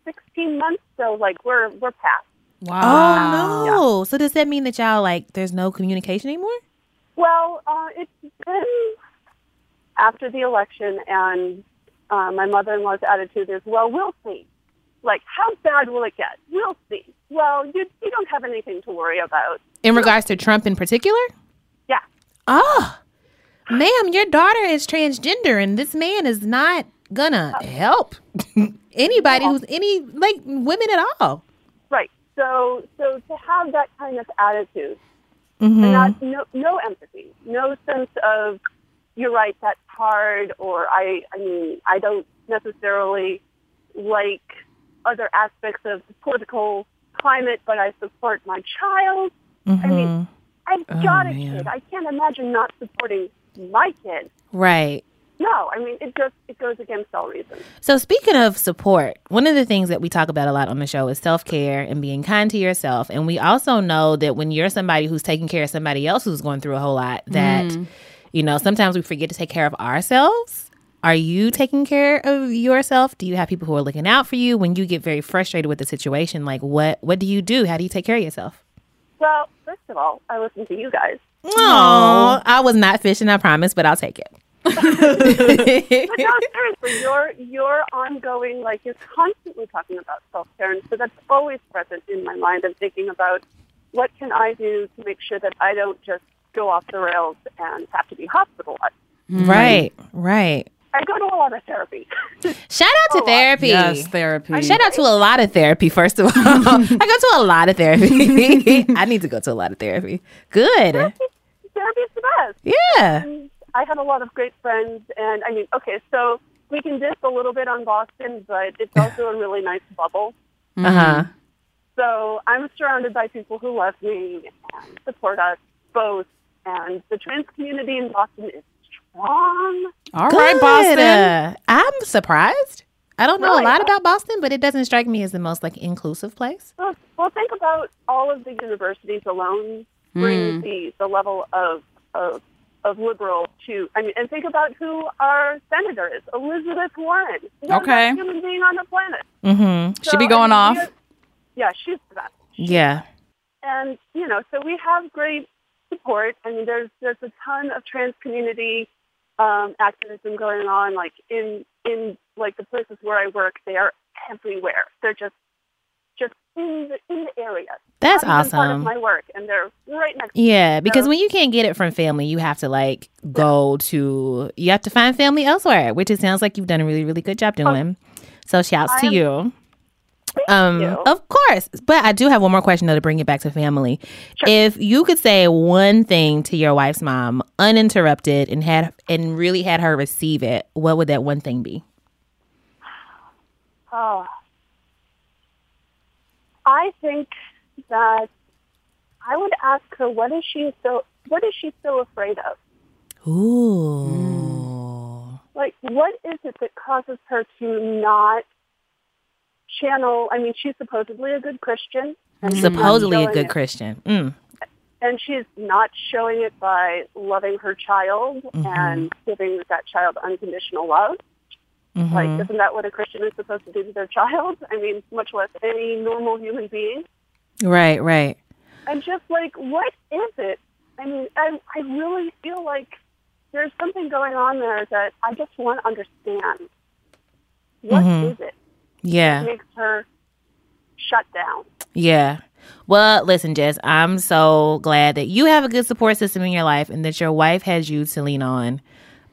[SPEAKER 7] sixteen months, so like we're we're past.
[SPEAKER 2] Oh no. So does that mean that y'all like there's no communication anymore?
[SPEAKER 7] Well, uh, it's been after the election, and uh, my mother-in-law's attitude is, "Well, we'll see. Like, how bad will it get? We'll see. Well, you you don't have anything to worry about.
[SPEAKER 2] In regards to Trump in particular?
[SPEAKER 7] Yeah,
[SPEAKER 2] Oh, ma'am, your daughter is transgender, and this man is not gonna help anybody who's any like women at all.
[SPEAKER 7] right. So, so to have that kind of attitude,
[SPEAKER 2] Mm-hmm.
[SPEAKER 7] and not no no empathy, no sense of you're right, that's hard, or I I mean I don't necessarily like other aspects of the political climate, but I support my child. I
[SPEAKER 2] Mm-hmm.
[SPEAKER 7] mean, I've got a kid. I can't imagine not supporting my kid.
[SPEAKER 2] Right.
[SPEAKER 7] No, I mean it just it goes against all reason.
[SPEAKER 2] So, speaking of support, one of the things that we talk about a lot on the show is self care and being kind to yourself. And we also know that when you're somebody who's taking care of somebody else who's going through a whole lot, that, you know, sometimes we forget to take care of ourselves. Are you taking care of yourself? Do you have people who are looking out for you when you get very frustrated with the situation? Like, what what do you do? How do you take care of yourself?
[SPEAKER 7] Well, first of all, I listen to you guys.
[SPEAKER 2] Oh, I was not fishing, I promise, but I'll take it.
[SPEAKER 7] But no, seriously, you're you're ongoing. Like you're constantly talking about self care, and so that's always present in my mind. I'm thinking about what can I do to make sure that I don't just go off the rails and have to be hospitalized.
[SPEAKER 2] Mm-hmm. right, right.
[SPEAKER 7] I go to a lot of therapy.
[SPEAKER 2] Shout out to therapy.
[SPEAKER 1] Yes, therapy.
[SPEAKER 2] Shout out to a lot of therapy, first of all. I go to a lot of therapy. I need to go to a lot of therapy. Good.
[SPEAKER 7] Therapy's the best.
[SPEAKER 2] Yeah.
[SPEAKER 7] friends. I have a lot of great friends, and I mean, okay, so we can diss a little bit on Boston, but it's also a really nice bubble.
[SPEAKER 2] Uh huh.
[SPEAKER 7] So I'm surrounded by people who love me and support us both, and the trans community in Boston is strong.
[SPEAKER 1] All right, Boston.
[SPEAKER 2] Uh, I'm surprised. I don't know
[SPEAKER 7] Really?
[SPEAKER 2] a lot about Boston, but it doesn't strike me as the most like inclusive place.
[SPEAKER 7] Well, well think about all of the universities alone
[SPEAKER 1] Hmm.
[SPEAKER 7] bring the, the level of, of of liberal to. I mean, and think about who our senator is, Elizabeth Warren. What
[SPEAKER 1] Okay.
[SPEAKER 7] human being on the planet.
[SPEAKER 2] Mm-hmm.
[SPEAKER 1] She be
[SPEAKER 7] I
[SPEAKER 1] going
[SPEAKER 7] mean,
[SPEAKER 1] off.
[SPEAKER 7] we are- Yeah, she's the best.
[SPEAKER 2] Yeah.
[SPEAKER 7] And you know, so we have great support. I mean, there's there's a ton of trans community um, activism going on. Like in in like the places where I work, they are everywhere. They're just just in the in the area.
[SPEAKER 2] That's
[SPEAKER 7] Not even Part of
[SPEAKER 2] awesome.
[SPEAKER 7] my work, and they're right next.
[SPEAKER 2] Yeah, because
[SPEAKER 7] So-
[SPEAKER 2] when you can't get it from family, you have to like go to you have to find family elsewhere, which it sounds like you've done a really really good job doing. so shouts to
[SPEAKER 7] Um, I'm-
[SPEAKER 2] you. Um,
[SPEAKER 7] you.
[SPEAKER 2] of course, but I do have one more question though to bring it back to family. If you could say one thing to your wife's mom, uninterrupted, and had and really had her receive it, what would that one thing be?
[SPEAKER 7] Oh. I think that I would ask her what is she so what is she so afraid of?
[SPEAKER 2] Ooh,
[SPEAKER 7] like what is it that causes her to not channel i mean she's supposedly a good christian
[SPEAKER 2] Mm-hmm.
[SPEAKER 7] and she's not
[SPEAKER 2] supposedly a
[SPEAKER 7] showing
[SPEAKER 2] good
[SPEAKER 7] it.
[SPEAKER 2] Christian. Mm.
[SPEAKER 7] and she's not showing it by loving her child
[SPEAKER 2] Mm-hmm.
[SPEAKER 7] and giving that child unconditional love like
[SPEAKER 2] Mm-hmm.
[SPEAKER 7] isn't that what a christian is supposed to do to their child i mean much less any normal human being
[SPEAKER 2] Right, right.
[SPEAKER 7] I'm just like, what is it? I mean, I, I really feel like there's something going on there that I just want to understand. What is it
[SPEAKER 2] Yeah.
[SPEAKER 7] that makes her shut down?
[SPEAKER 2] Yeah. Well, listen, Jess, I'm so glad that you have a good support system in your life and that your wife has you to lean on.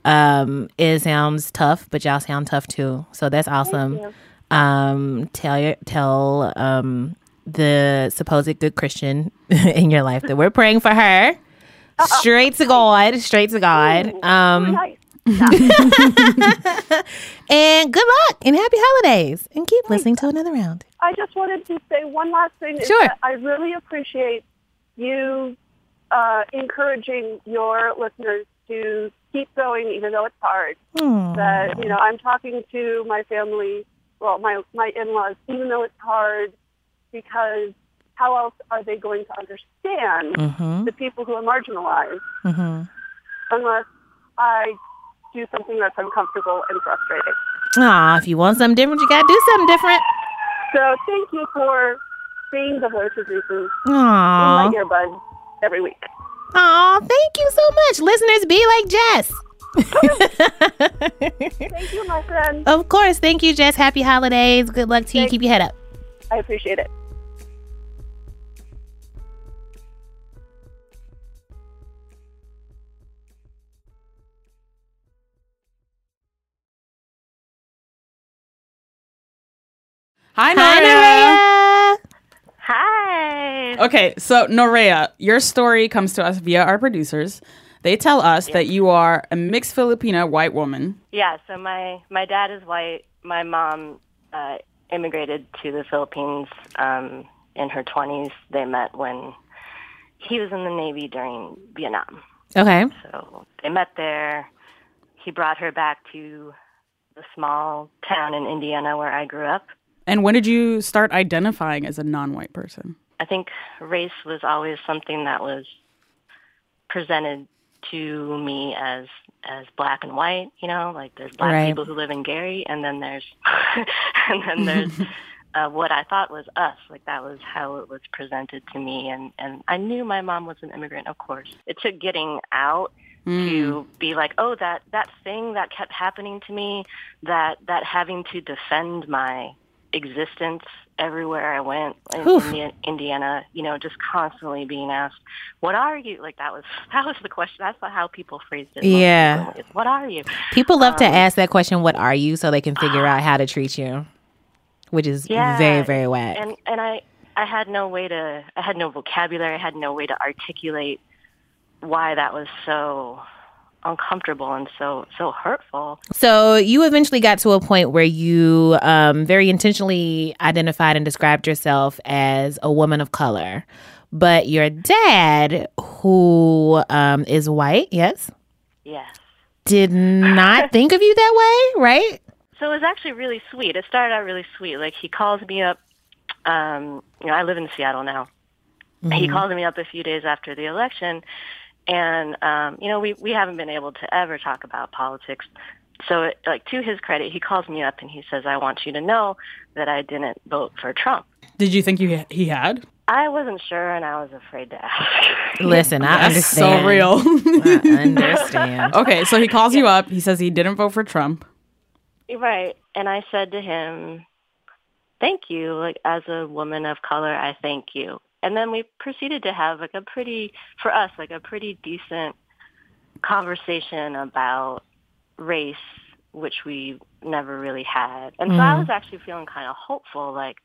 [SPEAKER 2] Um, it sounds tough, but y'all sound tough too. So that's awesome. Um, tell your tell um the supposed good Christian in your life that we're praying for her. Straight to God, straight to God. Um,
[SPEAKER 7] Nice.
[SPEAKER 2] and good luck and happy holidays. And keep listening to another round.
[SPEAKER 7] I just wanted to say one last thing. is
[SPEAKER 2] Sure.
[SPEAKER 7] that I really appreciate you uh, encouraging your listeners to keep going, even though it's hard. That you know, I'm talking to my family, well, my my in-laws, even though it's hard, because how else are they going to understand
[SPEAKER 9] Hmm?
[SPEAKER 7] the people who are marginalized
[SPEAKER 2] Mm-hmm.
[SPEAKER 7] unless I do something that's uncomfortable and frustrating?
[SPEAKER 2] Aw, if you want something different, you gotta do something different.
[SPEAKER 7] So thank you for being the voice of reason.
[SPEAKER 2] Aw.
[SPEAKER 7] in my earbuds every week.
[SPEAKER 2] Aw, thank you so much. Listeners, be like Jess.
[SPEAKER 7] Thank you, my friend.
[SPEAKER 2] Of course. Thank you, Jess. Happy holidays. Good luck to you. Keep your head up.
[SPEAKER 7] I appreciate it.
[SPEAKER 1] Hi,
[SPEAKER 2] Hi,
[SPEAKER 1] Norea.
[SPEAKER 2] Nerea.
[SPEAKER 6] Hi.
[SPEAKER 1] Okay, so Norea, your story comes to us via our producers. They tell us that you are a mixed Filipina white woman.
[SPEAKER 6] Yeah, so my my dad is white. My mom uh, immigrated to the Philippines um, in her 20s. They met when he was in the Navy during Vietnam.
[SPEAKER 2] Okay.
[SPEAKER 6] So they met there. He brought her back to the small town in Indiana where I grew up.
[SPEAKER 1] And when did you start identifying as a non-white person?
[SPEAKER 6] I think race was always something that was presented to me as as black and white, you know, like there's black
[SPEAKER 2] Right.
[SPEAKER 6] people who live in Gary and then there's and then there's uh, what I thought was us. Like that was how it was presented to me and and I knew my mom was an immigrant, of course. It took getting out
[SPEAKER 9] to be like, oh, that that thing that kept happening to me, that that having to defend my existence everywhere I went in Indi- Indiana, you know, just constantly being asked, "What are you?" Like that was that was the question. That's how people phrased it. most
[SPEAKER 2] Yeah.
[SPEAKER 9] frequently, is, What are you?
[SPEAKER 2] People love
[SPEAKER 9] Um,
[SPEAKER 2] to ask that question, what are you, so they can figure out how to treat you, which is
[SPEAKER 9] uh, Yeah,
[SPEAKER 2] very, very whack.
[SPEAKER 9] and and I I had no way to I had no vocabulary I had no way to articulate why that was so uncomfortable and so so hurtful.
[SPEAKER 2] so you eventually got to a point where you um, very intentionally identified and described yourself as a woman of color. But your dad, who um, is white, yes,
[SPEAKER 9] Yes.
[SPEAKER 2] did not think of you that way, right?
[SPEAKER 9] So it was actually really sweet. It started out really sweet. Like he calls me up. Um, you know, I live in Seattle now. He
[SPEAKER 2] Mm-hmm.
[SPEAKER 9] called me up a few days after the election, and um, you know, we we haven't been able to ever talk about politics. So, it, like to his credit, he calls me up and he says, "I want you to know that I didn't vote for Trump."
[SPEAKER 1] Did you think you he had?
[SPEAKER 9] I wasn't sure, and I was afraid to ask.
[SPEAKER 2] Listen, I understand.
[SPEAKER 1] So real.
[SPEAKER 2] I understand.
[SPEAKER 1] okay, so he calls you up. He says he didn't vote for Trump.
[SPEAKER 9] right, and I said to him, "Thank you. Like as a woman of color, I thank you." And then we proceeded to have like a pretty, for us, like a pretty decent conversation about race, which we never really had. And so I was actually feeling kind of hopeful, like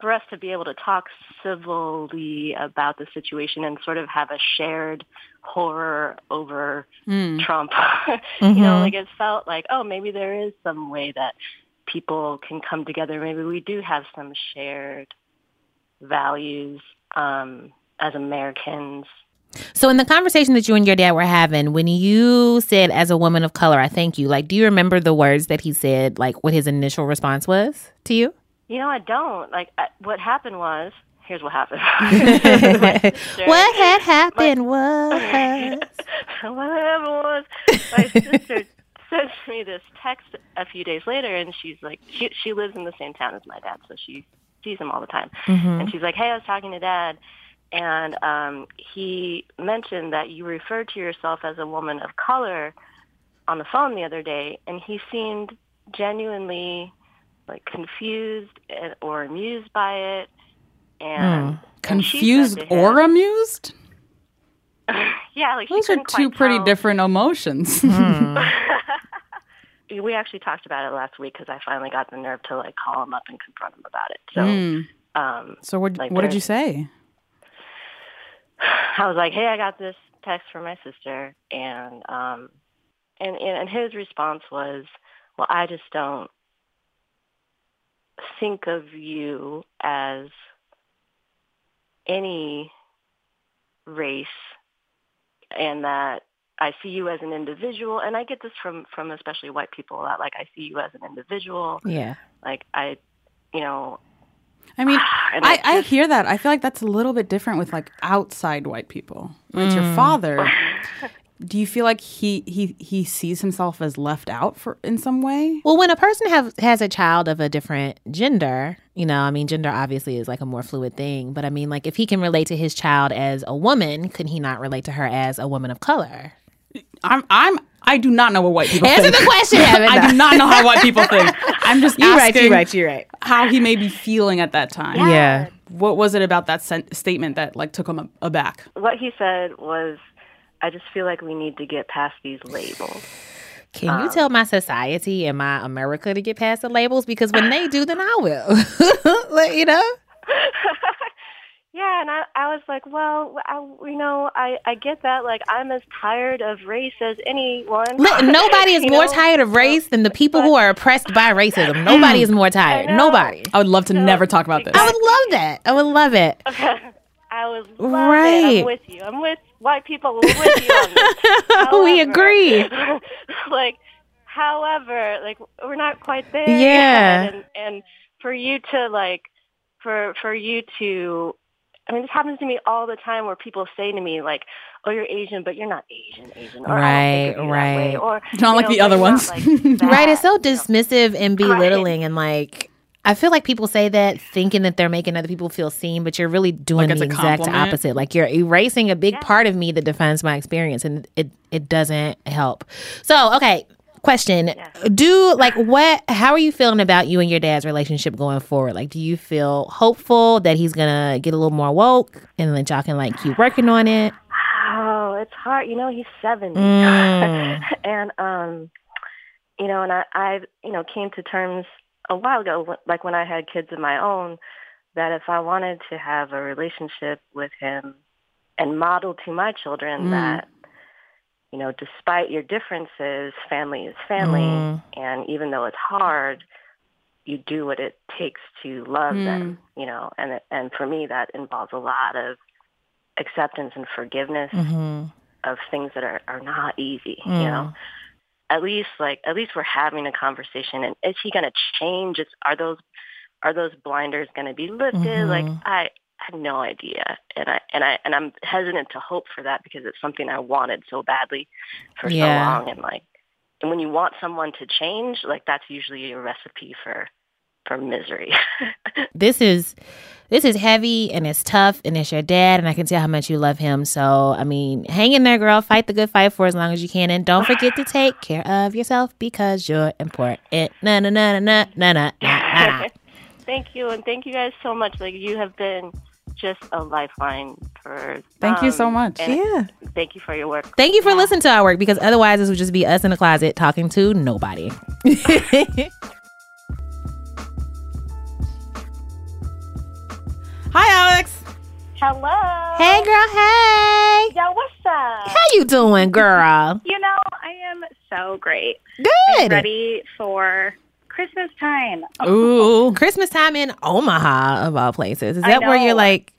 [SPEAKER 9] for us to be able to talk civilly about the situation and sort of have a shared horror over Trump. You
[SPEAKER 2] Mm-hmm.
[SPEAKER 9] know, like it felt like, oh, maybe there is some way that people can come together. Maybe we do have some shared values um, as Americans.
[SPEAKER 2] So in the conversation that you and your dad were having, when you said as a woman of color, I thank you, like do you remember the words that he said, like what his initial response was to you?
[SPEAKER 9] You know, I don't. Like, I, what happened was, here's what happened.
[SPEAKER 2] What had happened was
[SPEAKER 9] Whatever was, my sister sends me this text a few days later, and she's like, she she lives in the same town as my dad, so she sees him all the time.
[SPEAKER 1] Mm-hmm.
[SPEAKER 9] And she's like, hey, I was talking to dad, and um, he mentioned that you referred to yourself as a woman of color on the phone the other day, and he seemed genuinely like confused and- or amused by it. And and she said
[SPEAKER 1] Hmm. Confused
[SPEAKER 9] to him-
[SPEAKER 1] or amused?
[SPEAKER 9] yeah, like she
[SPEAKER 1] Those are
[SPEAKER 9] couldn't
[SPEAKER 1] two
[SPEAKER 9] quite
[SPEAKER 1] pretty
[SPEAKER 9] tell. Hmm.
[SPEAKER 1] different emotions.
[SPEAKER 9] we actually talked about it last week because I finally got the nerve to like call him up and confront him about it. So um,
[SPEAKER 1] Mm-hmm. so what?
[SPEAKER 9] Like
[SPEAKER 1] Hmm. what did you
[SPEAKER 9] there's-
[SPEAKER 1] say?
[SPEAKER 9] I was like, "Hey, I got this text from my sister," and um, and and his response was, "Well, I just don't think of you as any race, and that." I see you as an individual, and I get this from from especially white people a lot. Like I see you as an individual,
[SPEAKER 2] Yeah.
[SPEAKER 9] like I, you know,
[SPEAKER 1] I mean,
[SPEAKER 9] and
[SPEAKER 1] I,
[SPEAKER 9] it's
[SPEAKER 1] I
[SPEAKER 9] just-
[SPEAKER 1] hear that. I feel like that's a little bit different with like outside white people. When it's your father, do you feel like he he he sees himself as left out for in some way?
[SPEAKER 2] Well, when a person have has a child of a different gender, you know, I mean gender obviously is like a more fluid thing, but I mean like if he can relate to his child as a woman, could he not relate to her as a woman of color?
[SPEAKER 1] I'm I'm I do not know what white people
[SPEAKER 2] Answer
[SPEAKER 1] think.
[SPEAKER 2] the question, Evan.
[SPEAKER 1] I do not know how white people think. I'm just
[SPEAKER 2] You're right,
[SPEAKER 1] asking
[SPEAKER 2] you're right, you're right.
[SPEAKER 1] how he may be feeling at that time.
[SPEAKER 2] Yeah.
[SPEAKER 1] What was it about that sen- statement that like took him ab- aback?
[SPEAKER 9] what he said was, I just feel like we need to get past these labels.
[SPEAKER 2] Can you tell my society and my America to get past the labels? Because when they do, then I will. like, you know?
[SPEAKER 9] Yeah, and I, I was like, well, I, you know, I, I get that. Like, I'm as tired of race as anyone.
[SPEAKER 2] Look, nobody is
[SPEAKER 9] You
[SPEAKER 2] more
[SPEAKER 9] know?
[SPEAKER 2] tired of race than the people who are oppressed by racism. Nobody is more tired.
[SPEAKER 9] know.
[SPEAKER 2] Nobody.
[SPEAKER 1] Mm. I would love to never talk about this.
[SPEAKER 2] I would love that. Oh, I would love it.
[SPEAKER 9] I was
[SPEAKER 2] Right.
[SPEAKER 9] I'm with you. I'm with white people. With you on this.
[SPEAKER 2] we
[SPEAKER 9] However-
[SPEAKER 2] agree.
[SPEAKER 9] like, however, like we're not quite there.
[SPEAKER 2] Yeah.
[SPEAKER 9] yet. And, and for you to like, for for you to, I mean, this happens to me all the time where people say to me like, "Oh, you're Asian, but you're not Asian, Asian." Or, "I don't think of
[SPEAKER 2] Right,
[SPEAKER 9] you
[SPEAKER 2] right.
[SPEAKER 9] that way," Or
[SPEAKER 1] Not
[SPEAKER 9] you
[SPEAKER 1] like
[SPEAKER 9] know,
[SPEAKER 1] the other
[SPEAKER 9] "You're not
[SPEAKER 1] ones.
[SPEAKER 9] like
[SPEAKER 2] Right?
[SPEAKER 9] that."
[SPEAKER 2] It's so dismissive and belittling and like I feel like people say that thinking that they're making other people feel seen, but you're really doing
[SPEAKER 1] Like it's
[SPEAKER 2] the
[SPEAKER 1] a
[SPEAKER 2] exact
[SPEAKER 1] compliment?
[SPEAKER 2] opposite. Like you're erasing a big part of me that defines my experience, and it it doesn't help. So, okay, question: Do like what? How are you feeling about you and your dad's relationship going forward? Like, do you feel hopeful that he's gonna get a little more woke and that y'all can like keep working on it?
[SPEAKER 9] Oh, it's hard. You know, he's 70.
[SPEAKER 2] Mm.
[SPEAKER 9] and, um, you know, and I, I, you know, came to terms a while ago, wh- like when I had kids of my own, that if I wanted to have a relationship with him and model to my children
[SPEAKER 1] Mm.
[SPEAKER 9] that, you know, despite your differences, family is family.
[SPEAKER 2] Mm.
[SPEAKER 9] And even though it's hard, you do what it takes to love
[SPEAKER 1] Mm.
[SPEAKER 9] them, you know, and, it- and for me, that involves a lot of acceptance and forgiveness
[SPEAKER 2] hmm
[SPEAKER 9] of things that are, are not easy, you
[SPEAKER 2] Mm.
[SPEAKER 9] know. At least like at least we're having a conversation and is he gonna change? Is are those are those blinders gonna be lifted? Like
[SPEAKER 2] Mhm.
[SPEAKER 9] I have no idea. And I and I and I'm hesitant to hope for that because it's something I wanted so badly for
[SPEAKER 2] Yeah.
[SPEAKER 9] so long and like and when you want someone to change, like that's usually a recipe for for misery.
[SPEAKER 2] this is this is heavy and it's tough and it's your dad and I can tell how much you love him. So I mean, hang in there, girl. Fight the good fight for as long as you can, and don't forget to take care of yourself because you're important. Na na na na na na na na. na.
[SPEAKER 9] thank you and thank you guys so much. Like you have been just a lifeline for
[SPEAKER 1] Thank you so
[SPEAKER 9] um,
[SPEAKER 1] much.
[SPEAKER 9] and-
[SPEAKER 10] Yeah.
[SPEAKER 9] Thank you for your work.
[SPEAKER 2] Thank you for listening to our work because otherwise this would just be us in the closet talking to nobody.
[SPEAKER 1] Hi, Alex.
[SPEAKER 6] Hello.
[SPEAKER 2] Hey, girl. Hey.
[SPEAKER 6] Yo, what's up?
[SPEAKER 2] How you doing, girl?
[SPEAKER 6] You know, I am so great.
[SPEAKER 2] Good.
[SPEAKER 6] Ready for Christmas time.
[SPEAKER 1] Ooh.
[SPEAKER 2] Christmas time in Omaha, of all places. Is
[SPEAKER 6] I
[SPEAKER 2] that where
[SPEAKER 6] know.
[SPEAKER 2] you're like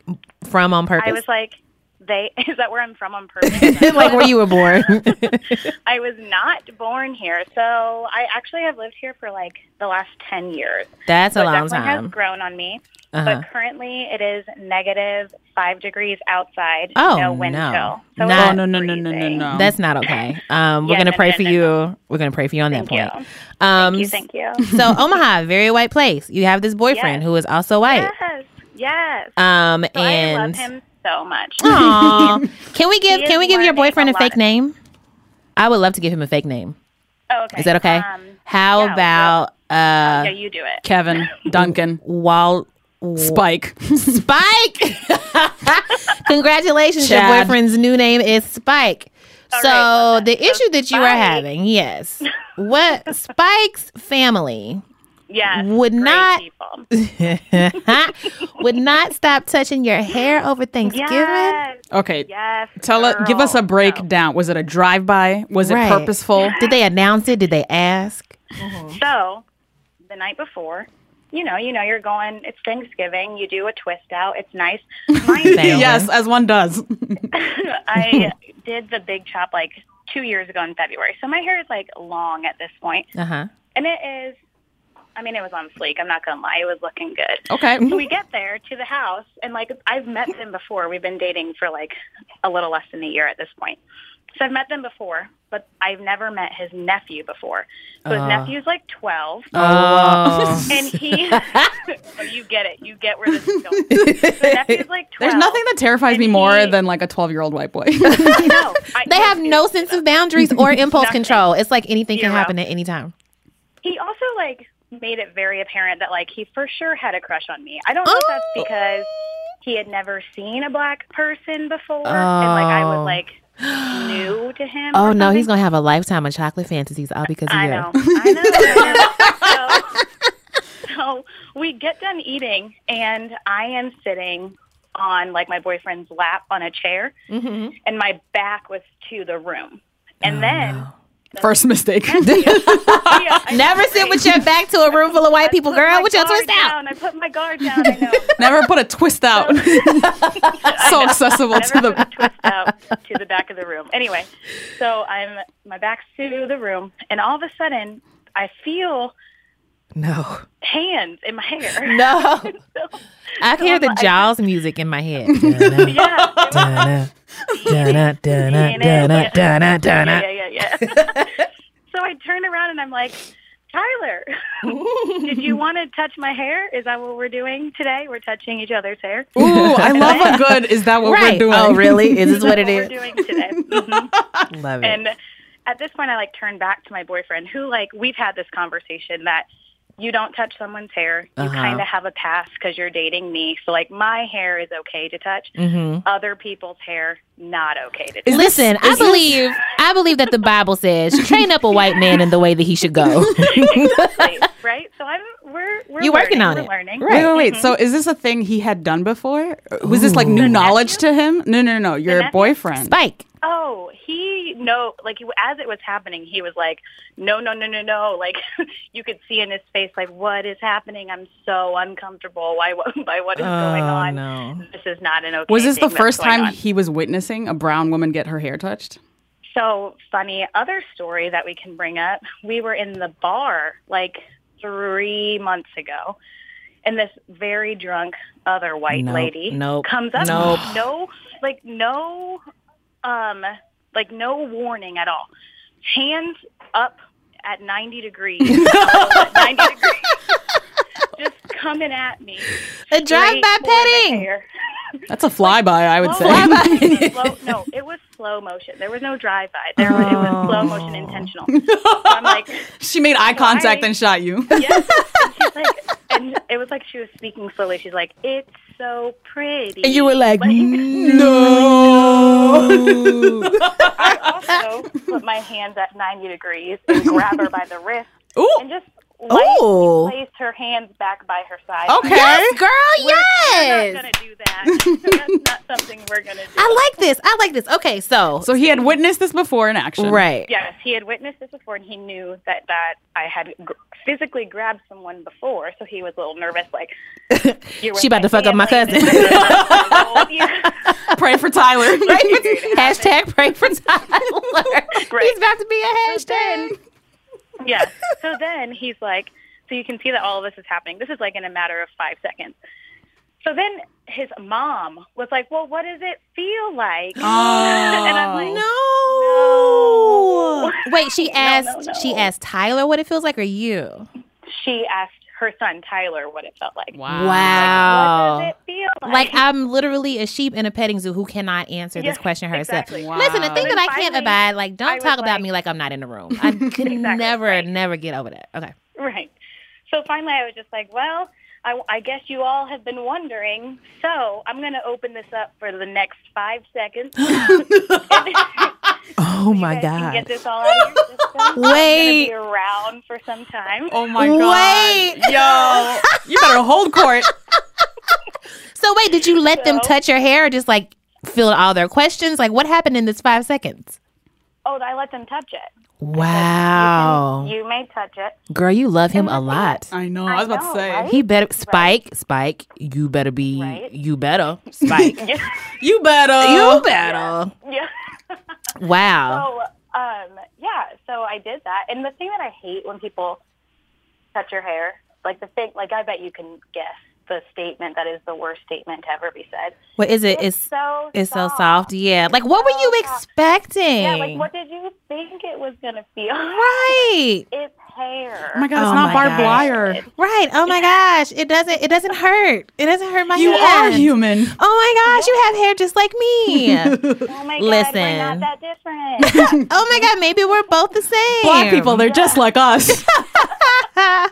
[SPEAKER 2] from on purpose?
[SPEAKER 6] I was like, they is that where I'm from on purpose?
[SPEAKER 2] like where you were born.
[SPEAKER 6] I was not born here, so I actually have lived here for like the last ten years.
[SPEAKER 2] That's a
[SPEAKER 6] so it
[SPEAKER 2] long
[SPEAKER 6] definitely has
[SPEAKER 2] time.
[SPEAKER 6] grown on me.
[SPEAKER 2] Uh-huh.
[SPEAKER 6] But currently, it is negative five degrees outside.
[SPEAKER 2] Oh,
[SPEAKER 6] no wind
[SPEAKER 2] no.
[SPEAKER 6] chill. So
[SPEAKER 2] Not-
[SPEAKER 1] Oh,
[SPEAKER 6] it's
[SPEAKER 1] no, no, no, no, no,
[SPEAKER 6] freezing.
[SPEAKER 1] no.
[SPEAKER 2] That's not okay. Um, we're
[SPEAKER 6] Yeah,
[SPEAKER 2] gonna
[SPEAKER 6] no,
[SPEAKER 2] pray
[SPEAKER 6] no,
[SPEAKER 2] for
[SPEAKER 6] no,
[SPEAKER 2] you. We're gonna pray for you on
[SPEAKER 6] Thank
[SPEAKER 2] that
[SPEAKER 6] you.
[SPEAKER 2] point. Um,
[SPEAKER 6] Thank you. Thank you.
[SPEAKER 2] so Omaha, very white place. You have this boyfriend
[SPEAKER 6] Yes.
[SPEAKER 2] who is also white.
[SPEAKER 6] yes. Yes.
[SPEAKER 2] Um,
[SPEAKER 6] So
[SPEAKER 2] and
[SPEAKER 6] I love him so much.
[SPEAKER 2] Aw. can we give
[SPEAKER 6] He is
[SPEAKER 2] Can we give your
[SPEAKER 6] learning
[SPEAKER 2] boyfriend
[SPEAKER 6] a
[SPEAKER 2] a fake
[SPEAKER 6] lot.
[SPEAKER 2] name? I would love to give him a fake name.
[SPEAKER 6] Oh, okay.
[SPEAKER 2] Is that okay?
[SPEAKER 6] Um,
[SPEAKER 2] How
[SPEAKER 6] yeah,
[SPEAKER 2] about
[SPEAKER 6] yeah,
[SPEAKER 2] uh,
[SPEAKER 6] you do it.
[SPEAKER 1] Kevin, Duncan,
[SPEAKER 2] Wal
[SPEAKER 1] Spike.
[SPEAKER 2] Spike? Congratulations, your
[SPEAKER 1] Chad.
[SPEAKER 2] boyfriend's new name is Spike.
[SPEAKER 6] All
[SPEAKER 2] so
[SPEAKER 6] right, well then,
[SPEAKER 2] the
[SPEAKER 6] so
[SPEAKER 2] issue that you are
[SPEAKER 6] Spike-
[SPEAKER 2] having, yes, what Spike's family
[SPEAKER 6] Yes.
[SPEAKER 2] Would
[SPEAKER 6] great
[SPEAKER 2] not-
[SPEAKER 6] People.
[SPEAKER 2] would not stop touching your hair over Thanksgiving.
[SPEAKER 6] Yes.
[SPEAKER 1] Okay.
[SPEAKER 6] Yes.
[SPEAKER 1] Tell us, give us a
[SPEAKER 6] girl.
[SPEAKER 1] breakdown. Was it a drive by? Was
[SPEAKER 2] Right.
[SPEAKER 1] it purposeful?
[SPEAKER 2] Did they announce it? Did they ask?
[SPEAKER 6] So, the night before, you know, you know, you're going. It's Thanksgiving. You do a twist out. It's nice. Mind you,
[SPEAKER 2] Thank
[SPEAKER 1] yes, as one does.
[SPEAKER 6] I did the big chop like two years ago in February, so my hair is like long at this point,
[SPEAKER 2] Uh huh.
[SPEAKER 6] and it is. I mean, it was on fleek. I'm not gonna lie. It was looking good.
[SPEAKER 1] Okay.
[SPEAKER 6] So we get there to the house, and like I've met them before. We've been dating for like a little less than a year at this point. So I've met them before, but I've never met his nephew before. So his nephew's like 12,
[SPEAKER 2] Oh.
[SPEAKER 6] and he, you get it. You get where this is going. So his nephew's like 12.
[SPEAKER 1] There's nothing that terrifies me
[SPEAKER 6] And
[SPEAKER 1] more
[SPEAKER 6] he-
[SPEAKER 1] than like a 12 year old white boy.
[SPEAKER 6] No, I-
[SPEAKER 2] They have
[SPEAKER 6] dude,
[SPEAKER 2] no sense of boundaries or impulse
[SPEAKER 6] Nothing.
[SPEAKER 2] control. It's like anything can
[SPEAKER 6] Zero.
[SPEAKER 2] happen at any time.
[SPEAKER 6] He also like made it very apparent that like he for sure had a crush on me. I don't know if that's
[SPEAKER 2] Oh!
[SPEAKER 6] because he had never seen a black person before, and like I
[SPEAKER 2] Oh.
[SPEAKER 6] was like new to him.
[SPEAKER 2] Oh
[SPEAKER 6] or
[SPEAKER 2] no, he's
[SPEAKER 6] something.
[SPEAKER 2] gonna have a lifetime of chocolate fantasies all because of
[SPEAKER 6] I
[SPEAKER 2] you.
[SPEAKER 6] know. I know. I know. So, so we get done eating, and I am sitting on like my boyfriend's lap on a chair,
[SPEAKER 2] Mm-hmm.
[SPEAKER 6] and my back was to the room.
[SPEAKER 2] Oh,
[SPEAKER 6] And then,
[SPEAKER 1] First mistake.
[SPEAKER 6] Yeah, I-
[SPEAKER 2] Never sit with your back to a room full of white people,
[SPEAKER 6] put my
[SPEAKER 2] girl. With your
[SPEAKER 6] guard
[SPEAKER 2] twist out.
[SPEAKER 6] down. I put my guard down. I know.
[SPEAKER 1] Never put a twist out. so accessible to
[SPEAKER 6] Never
[SPEAKER 1] the.
[SPEAKER 6] put a twist out to the back of the room. Anyway, so I'm my back's to the room, and all of a sudden I feel
[SPEAKER 2] No,
[SPEAKER 6] hands in my hair.
[SPEAKER 2] no.
[SPEAKER 6] So,
[SPEAKER 2] I hear the
[SPEAKER 6] I-
[SPEAKER 2] Jaws music in my head.
[SPEAKER 6] yeah, it was- yeah, yeah, yeah, yeah. so I turn around and I'm like, Tyler, did you want to touch my hair? Is that what we're doing today? We're touching each other's hair.
[SPEAKER 1] Ooh, I love a good. Is that what we're
[SPEAKER 2] right.
[SPEAKER 1] doing?
[SPEAKER 2] Oh, really? Is this what it
[SPEAKER 6] we're
[SPEAKER 2] is?
[SPEAKER 6] doing today. Mhm.
[SPEAKER 2] Love it.
[SPEAKER 6] and at this point, I like turn back to my boyfriend, who like we've had this conversation that you don't touch someone's hair. You
[SPEAKER 2] Uh-huh.
[SPEAKER 6] kind of have a pass because you're dating me. So like my hair is okay to touch.
[SPEAKER 2] mm-hmm.
[SPEAKER 6] Other people's hair not okay to touch.
[SPEAKER 1] Is this-
[SPEAKER 2] Listen, I
[SPEAKER 1] is this-
[SPEAKER 2] believe I believe that the Bible says train up a white man in the way that he should go.
[SPEAKER 6] Exactly, right? So I'm we're we're
[SPEAKER 2] You're working
[SPEAKER 6] learning,
[SPEAKER 2] on
[SPEAKER 6] we're
[SPEAKER 2] it.
[SPEAKER 6] Learning. Mm-hmm.
[SPEAKER 1] Wait, wait, wait. So is this a thing he had done before? Was this like new knowledge to him? No, no, no. Your
[SPEAKER 6] nephew?
[SPEAKER 1] boyfriend.
[SPEAKER 2] Spike.
[SPEAKER 6] Oh, he no, like he- as it was happening, he was like, "No, no, no, no, no!" Like you could see in his face, like, "What is happening? I'm so uncomfortable. Why? What, by what is going on? This is not an okay."
[SPEAKER 1] Oh, Was this the
[SPEAKER 6] thing that's
[SPEAKER 1] first
[SPEAKER 6] going
[SPEAKER 1] time
[SPEAKER 6] on."
[SPEAKER 1] he was witnessing a brown woman get her hair touched?
[SPEAKER 6] So funny other story that we can bring up. We were in the bar like three months ago, and this very drunk other white
[SPEAKER 2] Nope,
[SPEAKER 6] lady
[SPEAKER 2] nope,
[SPEAKER 6] comes up.
[SPEAKER 2] nope.
[SPEAKER 6] No, like no, um, like no warning at all. Hands up at ninety degrees. at ninety degrees. Just coming at me.
[SPEAKER 2] A drive by
[SPEAKER 6] Straight for the
[SPEAKER 2] petting.
[SPEAKER 6] hair.
[SPEAKER 1] That's a flyby, I would say.
[SPEAKER 6] Slow- slow- no, it was slow motion. There was no drive by. There was, it
[SPEAKER 2] Oh.
[SPEAKER 6] was slow motion intentional. So I'm like,
[SPEAKER 1] she made eye contact and shot you.
[SPEAKER 6] yes. And she's like, and it was like she was speaking slowly. She's like, it's so pretty.
[SPEAKER 2] And you were like,
[SPEAKER 1] No.
[SPEAKER 6] I also put my hands at 90 degrees and grab her by the wrist
[SPEAKER 1] Ooh.
[SPEAKER 6] and just
[SPEAKER 2] Ooh.
[SPEAKER 6] lightly place her hands back by her side.
[SPEAKER 1] Okay.
[SPEAKER 2] Yes, girl,
[SPEAKER 6] We're not
[SPEAKER 2] yes.
[SPEAKER 6] gonna do that. That's not something we're gonna do.
[SPEAKER 2] I like this. I like this. Okay, so,
[SPEAKER 1] So he had witnessed this before in action.
[SPEAKER 2] right.
[SPEAKER 6] Yes, he had witnessed this before, and he knew that that I had gr physically grabbed someone before, so he was a little nervous. Like, you were
[SPEAKER 2] She about to fuck up my
[SPEAKER 6] family.
[SPEAKER 2] cousin.
[SPEAKER 6] Yeah.
[SPEAKER 1] Pray for Tyler.
[SPEAKER 2] Hashtag pray for Tyler.
[SPEAKER 6] Right.
[SPEAKER 2] He's about to be a hashtag.
[SPEAKER 6] yeah. So then he's like, so you can see that all of this is happening. This is like in a matter of five seconds. So then his mom was like, well, what does it feel like?
[SPEAKER 2] Oh.
[SPEAKER 6] and I'm like,
[SPEAKER 2] No. Wait, she asked.
[SPEAKER 6] no.
[SPEAKER 2] She asked Tyler what it feels like, or you?
[SPEAKER 6] she asked her son, Tyler, what it felt like.
[SPEAKER 1] Wow.
[SPEAKER 6] What does it feel
[SPEAKER 2] Like I'm literally a sheep in a petting zoo who cannot answer this
[SPEAKER 6] Yeah,
[SPEAKER 2] question herself.
[SPEAKER 6] exactly.
[SPEAKER 2] Listen, the
[SPEAKER 1] Wow.
[SPEAKER 2] thing that
[SPEAKER 6] And
[SPEAKER 2] I can't
[SPEAKER 6] finally,
[SPEAKER 2] abide, like,
[SPEAKER 6] I
[SPEAKER 2] don't
[SPEAKER 6] was
[SPEAKER 2] talk about
[SPEAKER 6] like-
[SPEAKER 2] me like I'm not in the room. I could never,
[SPEAKER 6] right.
[SPEAKER 2] never get over that. Okay.
[SPEAKER 6] Right. So finally, I was just like, well, I, I guess you all have been wondering. So I'm going to open this up for the next five seconds.
[SPEAKER 2] Oh my
[SPEAKER 6] You guys Can get this all out of your system. I'm gonna
[SPEAKER 2] Wait.
[SPEAKER 6] be around for some time.
[SPEAKER 1] Oh my god.
[SPEAKER 2] Wait.
[SPEAKER 1] Yo. You better hold court.
[SPEAKER 2] So wait, did you let them
[SPEAKER 6] So-
[SPEAKER 2] touch your hair or just like fill all their questions? Like what happened in this five seconds?
[SPEAKER 6] Oh, I let them touch it.
[SPEAKER 2] Wow.
[SPEAKER 6] You may touch it.
[SPEAKER 2] Girl, you love him a lot.
[SPEAKER 1] I know. I was about to
[SPEAKER 6] know,
[SPEAKER 1] say.
[SPEAKER 6] right?
[SPEAKER 2] He better Spike, Spike, you better be
[SPEAKER 6] Right.
[SPEAKER 2] you better. Spike.
[SPEAKER 1] You better.
[SPEAKER 2] you better.
[SPEAKER 6] Yeah.
[SPEAKER 2] Wow.
[SPEAKER 6] So, um, yeah. So I did that, and the thing that I hate when people touch your hair, like the thing, like I bet you can guess the statement that is the worst statement to ever be said.
[SPEAKER 2] What is it? It's
[SPEAKER 6] It's so
[SPEAKER 2] it's so
[SPEAKER 6] soft.
[SPEAKER 2] soft. Yeah. Like what were
[SPEAKER 6] so
[SPEAKER 2] you
[SPEAKER 6] soft.
[SPEAKER 2] expecting?
[SPEAKER 6] Yeah, like what did you think it was gonna feel?
[SPEAKER 2] Right.
[SPEAKER 6] It's hair.
[SPEAKER 1] Oh my god, it's
[SPEAKER 2] Oh my
[SPEAKER 1] not barbed
[SPEAKER 2] gosh.
[SPEAKER 1] wire.
[SPEAKER 2] Right. Oh my gosh. It doesn't it doesn't hurt. It doesn't hurt my
[SPEAKER 1] You are
[SPEAKER 2] hand.
[SPEAKER 1] human.
[SPEAKER 2] Oh my gosh, you have hair just like me.
[SPEAKER 6] Oh my god, we're
[SPEAKER 2] Listen.
[SPEAKER 6] not that different.
[SPEAKER 2] oh my god, maybe we're both the same.
[SPEAKER 1] Black people, they're just like us.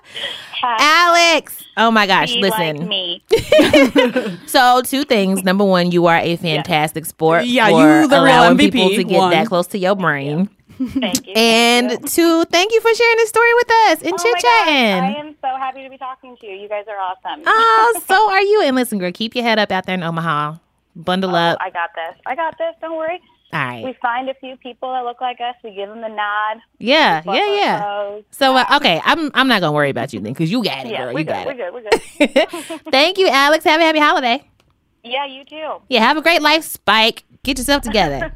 [SPEAKER 2] Alex. Oh my gosh,
[SPEAKER 6] Be
[SPEAKER 2] listen.
[SPEAKER 6] like me.
[SPEAKER 2] So two things. Number one, you are a fantastic sport.
[SPEAKER 1] Yeah,
[SPEAKER 2] for
[SPEAKER 1] you the real
[SPEAKER 2] allowing
[SPEAKER 1] MVP,
[SPEAKER 2] people to get
[SPEAKER 1] one.
[SPEAKER 2] that close to your brain.
[SPEAKER 6] Thank you.
[SPEAKER 2] And two, thank you for sharing this story with us and
[SPEAKER 6] Oh my
[SPEAKER 2] chit
[SPEAKER 6] gosh, I
[SPEAKER 2] chatting.
[SPEAKER 6] am so happy to be talking to you. You guys are awesome.
[SPEAKER 2] Oh, so are you. And listen, girl, keep your head up out there in Omaha. Bundle up.
[SPEAKER 6] Oh, I got this. I got this. Don't worry.
[SPEAKER 2] All right.
[SPEAKER 6] We find a few people that look like us. We give them the nod.
[SPEAKER 2] Yeah,
[SPEAKER 6] Look
[SPEAKER 2] yeah,
[SPEAKER 6] like
[SPEAKER 2] yeah.
[SPEAKER 6] those.
[SPEAKER 2] So uh, okay, I'm I'm not gonna worry about you then, cause you got it,
[SPEAKER 6] Yeah,
[SPEAKER 2] girl.
[SPEAKER 6] we're
[SPEAKER 2] You
[SPEAKER 6] good.
[SPEAKER 2] got
[SPEAKER 6] we're
[SPEAKER 2] it.
[SPEAKER 6] good. We're good.
[SPEAKER 2] Thank you, Alex. Have a happy holiday.
[SPEAKER 6] yeah, you too.
[SPEAKER 2] Yeah, have a great life, Spike. Get yourself together.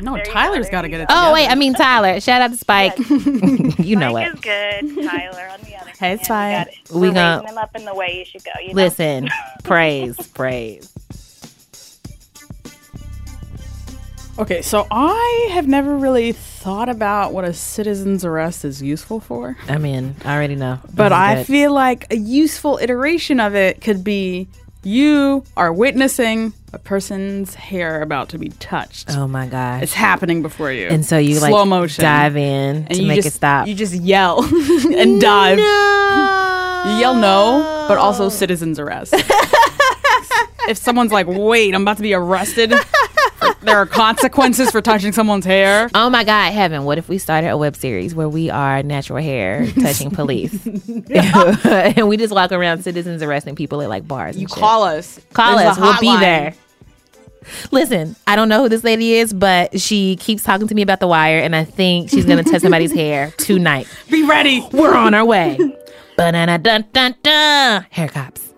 [SPEAKER 1] No,
[SPEAKER 6] go,
[SPEAKER 1] Tyler's
[SPEAKER 6] there
[SPEAKER 1] got to
[SPEAKER 6] you
[SPEAKER 1] get it.
[SPEAKER 2] Oh
[SPEAKER 1] together.
[SPEAKER 2] wait, I mean Tyler. Shout out to Spike. you know
[SPEAKER 6] Mike
[SPEAKER 2] it.
[SPEAKER 6] is good. Tyler on the other.
[SPEAKER 2] Hey, it's
[SPEAKER 6] hand,
[SPEAKER 2] fine.
[SPEAKER 6] you got it.
[SPEAKER 2] We
[SPEAKER 6] We're raising
[SPEAKER 2] gonna-
[SPEAKER 6] them up in the way you should go. You know?
[SPEAKER 2] Listen, praise, praise.
[SPEAKER 1] Okay, so I have never really thought about what a citizen's arrest is useful for,
[SPEAKER 2] I mean, I already know.
[SPEAKER 1] but I feel like a useful iteration of it could be you are witnessing a person's hair about to be touched.
[SPEAKER 2] Oh my gosh.
[SPEAKER 1] It's happening before you.
[SPEAKER 2] and so you
[SPEAKER 1] slow
[SPEAKER 2] like
[SPEAKER 1] motion.
[SPEAKER 2] dive in
[SPEAKER 1] and
[SPEAKER 2] to
[SPEAKER 1] you
[SPEAKER 2] make
[SPEAKER 1] just,
[SPEAKER 2] it stop.
[SPEAKER 1] You just yell and dive.
[SPEAKER 2] No.
[SPEAKER 1] You yell no, but also citizen's arrest. if someone's like, wait, I'm about to be arrested, there are consequences for touching someone's hair.
[SPEAKER 2] Oh my God, heaven! What if we started a web series where we are natural hair touching police, and we just walk around citizens arresting people at like bars?
[SPEAKER 1] You
[SPEAKER 2] and shit.
[SPEAKER 1] call us.
[SPEAKER 2] call
[SPEAKER 1] There's
[SPEAKER 2] us.
[SPEAKER 1] a
[SPEAKER 2] We'll be
[SPEAKER 1] hotline.
[SPEAKER 2] there. Listen, I don't know who this lady is, but she keeps talking to me about the wire, and I think she's gonna touch somebody's hair tonight.
[SPEAKER 1] Be ready.
[SPEAKER 2] We're on our way. Banana dun dun dun. Hair cops.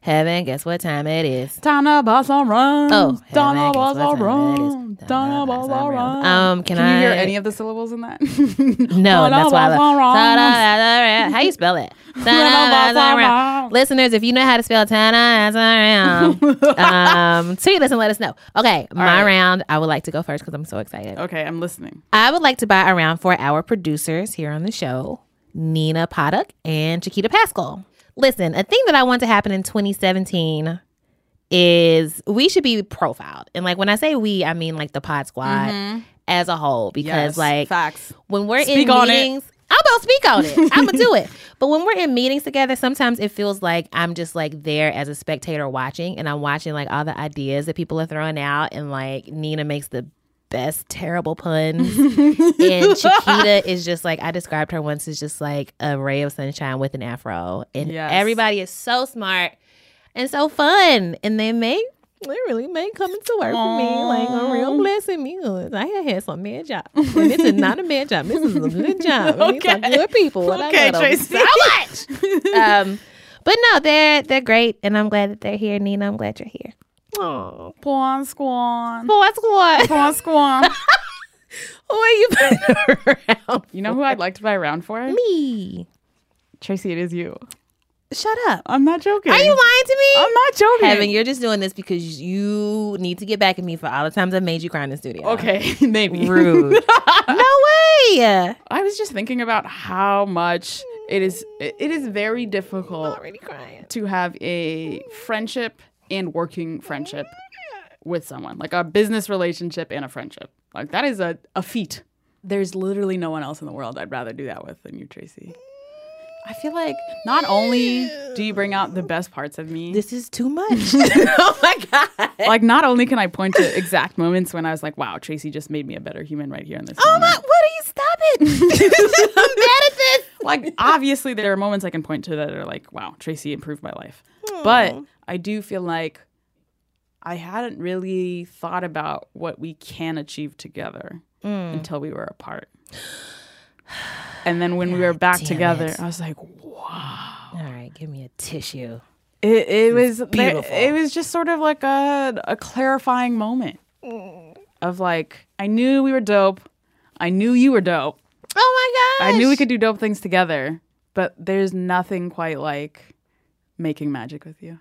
[SPEAKER 2] Heaven, guess what time it is?
[SPEAKER 1] Donna Baza runs.
[SPEAKER 2] Oh, heaven,
[SPEAKER 1] Donna
[SPEAKER 2] I guess
[SPEAKER 1] Baza
[SPEAKER 2] what time it is.
[SPEAKER 1] runs. Donna
[SPEAKER 2] Donna
[SPEAKER 1] Baza
[SPEAKER 2] Baza
[SPEAKER 1] runs.
[SPEAKER 2] runs. Um, can
[SPEAKER 1] you hear
[SPEAKER 2] I-
[SPEAKER 1] any of the syllables in that?
[SPEAKER 2] No,
[SPEAKER 1] Donna
[SPEAKER 2] that's why I
[SPEAKER 1] Baza
[SPEAKER 2] love.
[SPEAKER 1] runs.
[SPEAKER 2] Ta-da-da-da-da. How you spell it?
[SPEAKER 1] Ta-da-da-da-da.
[SPEAKER 2] Ta-da-da-da-da. Listeners, if you know how to spell ta-da-da-da-da, um, tweet us and let us know. Okay, my
[SPEAKER 1] right.
[SPEAKER 2] round. I would like to go first because I'm so excited.
[SPEAKER 1] Okay, I'm listening.
[SPEAKER 2] I would like to buy a round for our producers here on the show, Nina Paddock and Chiquita Pascal. Listen, a thing that I want to happen in 2017 is we should be profiled. And like when I say we, I mean like the pod squad as a whole because
[SPEAKER 1] Mm-hmm. Yes,
[SPEAKER 2] like
[SPEAKER 1] facts.
[SPEAKER 2] when we're
[SPEAKER 1] Speak
[SPEAKER 2] in
[SPEAKER 1] on it.
[SPEAKER 2] meetings, I'm gonna speak on it. I'm gonna do it. But when we're in meetings together, sometimes it feels like I'm just like there as a spectator watching, and I'm watching like all the ideas that people are throwing out, and like Nina makes the best terrible puns, and Chiquita is just like I described her once as just like a ray of sunshine with an afro, and
[SPEAKER 1] Yes.
[SPEAKER 2] everybody is so smart and so fun, and they make. They really make coming to work for me like a real blessing because I had had some mad job. And this is not a mad job. This is a good job. And These are
[SPEAKER 1] Okay.
[SPEAKER 2] good people. and I
[SPEAKER 1] Okay,
[SPEAKER 2] love them
[SPEAKER 1] Tracy.
[SPEAKER 2] So much. um, but no, they're they're great, and I'm glad that they're here. Nina, I'm glad you're here. Oh,
[SPEAKER 1] Squan, squan.
[SPEAKER 2] boy, squad. Who
[SPEAKER 1] Squan, squan.
[SPEAKER 2] are you putting around?
[SPEAKER 1] You know who I'd like to buy a round for?
[SPEAKER 2] Me.
[SPEAKER 1] Tracy, it is you.
[SPEAKER 2] Shut up.
[SPEAKER 1] I'm not joking.
[SPEAKER 2] Are you lying to me?
[SPEAKER 1] I'm not joking.
[SPEAKER 2] Heaven, you're just doing this because you need to get back at me for all the times I made you cry in the studio.
[SPEAKER 1] okay, maybe.
[SPEAKER 2] Rude. no way.
[SPEAKER 1] I was just thinking about how much it is. It is very difficult
[SPEAKER 2] Already crying.
[SPEAKER 1] to have a friendship and working friendship with someone, like a business relationship and a friendship. Like that is a, a feat. There's literally no one else in the world I'd rather do that with than you, Tracy. I feel like not only do you bring out the best parts of me,
[SPEAKER 2] This is too much. oh my god.
[SPEAKER 1] like not only can I point to exact moments when I was like, "Wow, Tracy just made me a better human right here in this."
[SPEAKER 2] Oh my, what are you? Stop it. I'm mad at this.
[SPEAKER 1] like obviously there are moments I can point to that are like, wow, Tracy improved my life.
[SPEAKER 2] Hmm.
[SPEAKER 1] But I do feel like I hadn't really thought about what we can achieve together
[SPEAKER 2] Hmm.
[SPEAKER 1] until we were apart. And then when we were back
[SPEAKER 2] damn
[SPEAKER 1] together,
[SPEAKER 2] it.
[SPEAKER 1] I was like, wow.
[SPEAKER 2] All right, give me a tissue.
[SPEAKER 1] It, it was there-
[SPEAKER 2] beautiful.
[SPEAKER 1] it was just sort of like a a clarifying moment Mm. of like I knew we were dope. I knew you were dope.
[SPEAKER 2] Oh my
[SPEAKER 1] I
[SPEAKER 2] god.
[SPEAKER 1] knew we could do dope things together, but there's nothing quite like making magic with you.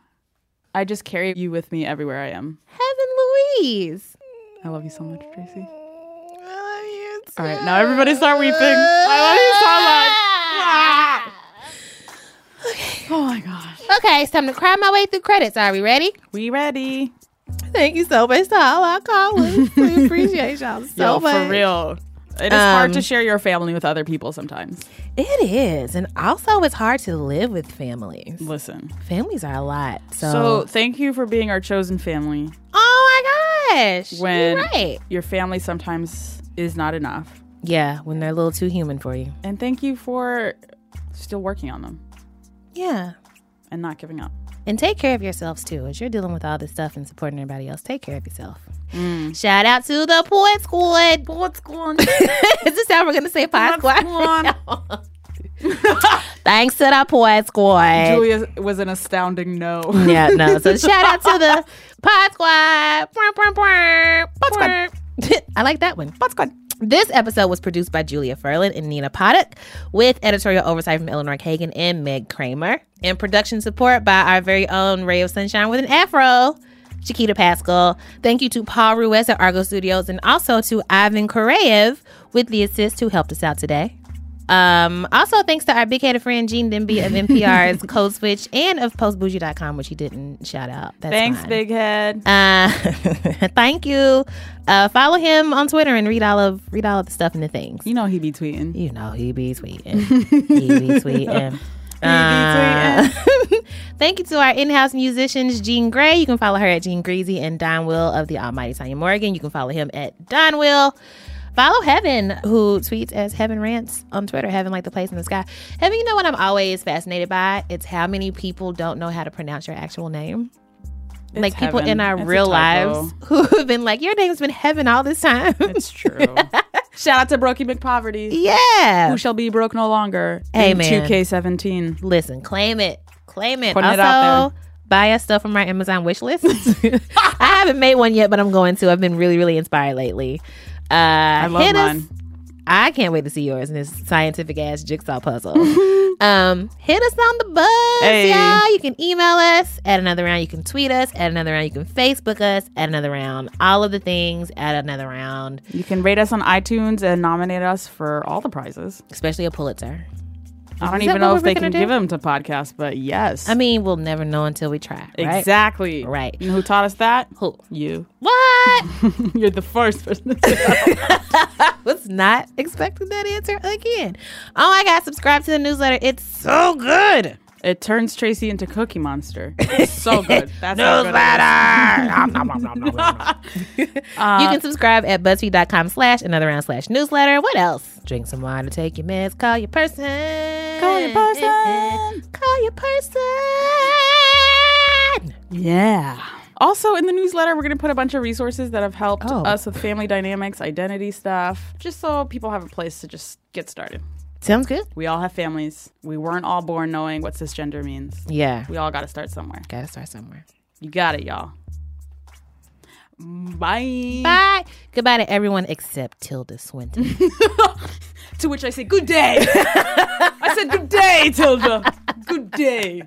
[SPEAKER 1] I just carry you with me everywhere I am.
[SPEAKER 2] Heaven Louise. Mm,
[SPEAKER 1] I love you so much, Tracy.
[SPEAKER 2] I love you.
[SPEAKER 1] All right, now everybody start weeping. I love you so much. Oh my gosh.
[SPEAKER 2] Ah. Okay, it's time to cry my way through credits. Are we ready?
[SPEAKER 1] We ready.
[SPEAKER 2] Thank you so much to all our callers. we appreciate y'all so
[SPEAKER 1] Yo, for real. It is hard to
[SPEAKER 2] Um,
[SPEAKER 1] share your family with other people sometimes.
[SPEAKER 2] It is, and also it's hard to live with families.
[SPEAKER 1] Listen.
[SPEAKER 2] Families are a lot. So,
[SPEAKER 1] So, thank you for being our chosen family.
[SPEAKER 2] oh my gosh,
[SPEAKER 1] When
[SPEAKER 2] You're right?
[SPEAKER 1] your family sometimes is not enough.
[SPEAKER 2] Yeah, when they're a little too human for you.
[SPEAKER 1] And thank you for still working on them.
[SPEAKER 2] Yeah,
[SPEAKER 1] and not giving up.
[SPEAKER 2] And take care of yourselves too. As you're dealing with all this stuff and supporting everybody else, take care of yourself.
[SPEAKER 1] Mm.
[SPEAKER 2] Shout out to the Pod Squad. Pod Squad. Is this how we're going to say Pod Squad? Thanks to the Pod Squad.
[SPEAKER 1] Julia was an astounding no.
[SPEAKER 2] Yeah, no. So shout out to the Pod Squad. Pod Squad. I like that one. Pod Squad. This episode was produced by Julia Ferland and Nina Paddock, with editorial oversight from Eleanor Kagan and Meg Kramer, and production support by our very own Ray of Sunshine with an Afro, Chiquita Pascal. Thank you to Paul Ruiz at Argo Studios, and also to Ivan Koreev with the assist who helped us out today. Um, also, thanks to our big headed friend Gene Demby of NPR's Code Switch and of PostBougie.com, which he didn't shout out. That's
[SPEAKER 1] Thanks,
[SPEAKER 2] fine.
[SPEAKER 1] big head.
[SPEAKER 2] Uh, thank you. Uh, follow him on Twitter and read all of read all of the stuff and the things.
[SPEAKER 1] You know he be tweeting.
[SPEAKER 2] You know he be tweeting. he be tweeting. Uh, thank you to our in-house musicians, Jean Gray. You can follow her at Jean Greasy and Don Will of the Almighty Tanya Morgan. You can follow him at Don Will. Follow Heaven, who tweets as Heaven Rants on Twitter. Heaven like the place in the sky. Heaven, you know what I'm always fascinated by? It's how many people don't know how to pronounce your actual name
[SPEAKER 1] It's
[SPEAKER 2] like people
[SPEAKER 1] heaven.
[SPEAKER 2] in our
[SPEAKER 1] It's a
[SPEAKER 2] real
[SPEAKER 1] typo.
[SPEAKER 2] lives who have been like, your name's been heaven all this time.
[SPEAKER 1] It's true. Shout out to Brokey McPoverty,
[SPEAKER 2] yeah.
[SPEAKER 1] who shall be broke no longer.
[SPEAKER 2] Hey,
[SPEAKER 1] in
[SPEAKER 2] man.
[SPEAKER 1] 2K17.
[SPEAKER 2] Listen, claim it. Claim it.
[SPEAKER 1] Putting it
[SPEAKER 2] also,
[SPEAKER 1] out
[SPEAKER 2] buy us stuff from our Amazon wish list. I haven't made one yet, but I'm going to. I've been really, really inspired lately. Uh, I
[SPEAKER 1] love mine.
[SPEAKER 2] I can't wait to see yours in this scientific ass jigsaw puzzle. um, hit us on the buzz,
[SPEAKER 1] Hey.
[SPEAKER 2] y'all. You can email us at another round. You can tweet us at another round. You can Facebook us at another round. All of the things at another round.
[SPEAKER 1] You can rate us on iTunes and nominate us for all the prizes.
[SPEAKER 2] especially a Pulitzer.
[SPEAKER 1] I don't
[SPEAKER 2] Is that
[SPEAKER 1] even
[SPEAKER 2] what
[SPEAKER 1] know
[SPEAKER 2] we
[SPEAKER 1] if
[SPEAKER 2] were
[SPEAKER 1] they
[SPEAKER 2] gonna
[SPEAKER 1] can
[SPEAKER 2] do?
[SPEAKER 1] give them to podcasts, but yes.
[SPEAKER 2] I mean, we'll never know until we try. Right?
[SPEAKER 1] exactly.
[SPEAKER 2] Right.
[SPEAKER 1] You know who taught us that?
[SPEAKER 2] Who?
[SPEAKER 1] You.
[SPEAKER 2] What?
[SPEAKER 1] You're the first person to say that.
[SPEAKER 2] Was not expecting that answer again. Oh my God! Subscribe to the newsletter. It's so good.
[SPEAKER 1] It turns Tracy into Cookie Monster. It's so good. That's how good it is.
[SPEAKER 2] you can subscribe at BuzzFeed.com slash another round slash newsletter. What else? Drink some water, take your meds, call your person.
[SPEAKER 1] Call your person.
[SPEAKER 2] Call your person.
[SPEAKER 1] Yeah. Also, in the newsletter, we're going to put a bunch of resources that have helped
[SPEAKER 2] Oh.
[SPEAKER 1] us with family dynamics, identity stuff, just so people have a place to just get started.
[SPEAKER 2] Sounds good.
[SPEAKER 1] We all have families. We weren't all born knowing what cisgender means.
[SPEAKER 2] Yeah.
[SPEAKER 1] We all got to start somewhere.
[SPEAKER 2] Gotta start somewhere.
[SPEAKER 1] You got it, y'all. Bye.
[SPEAKER 2] Bye. Goodbye to everyone except Tilda Swinton.
[SPEAKER 1] To which I say, good day. I said, good day, Tilda. Good day.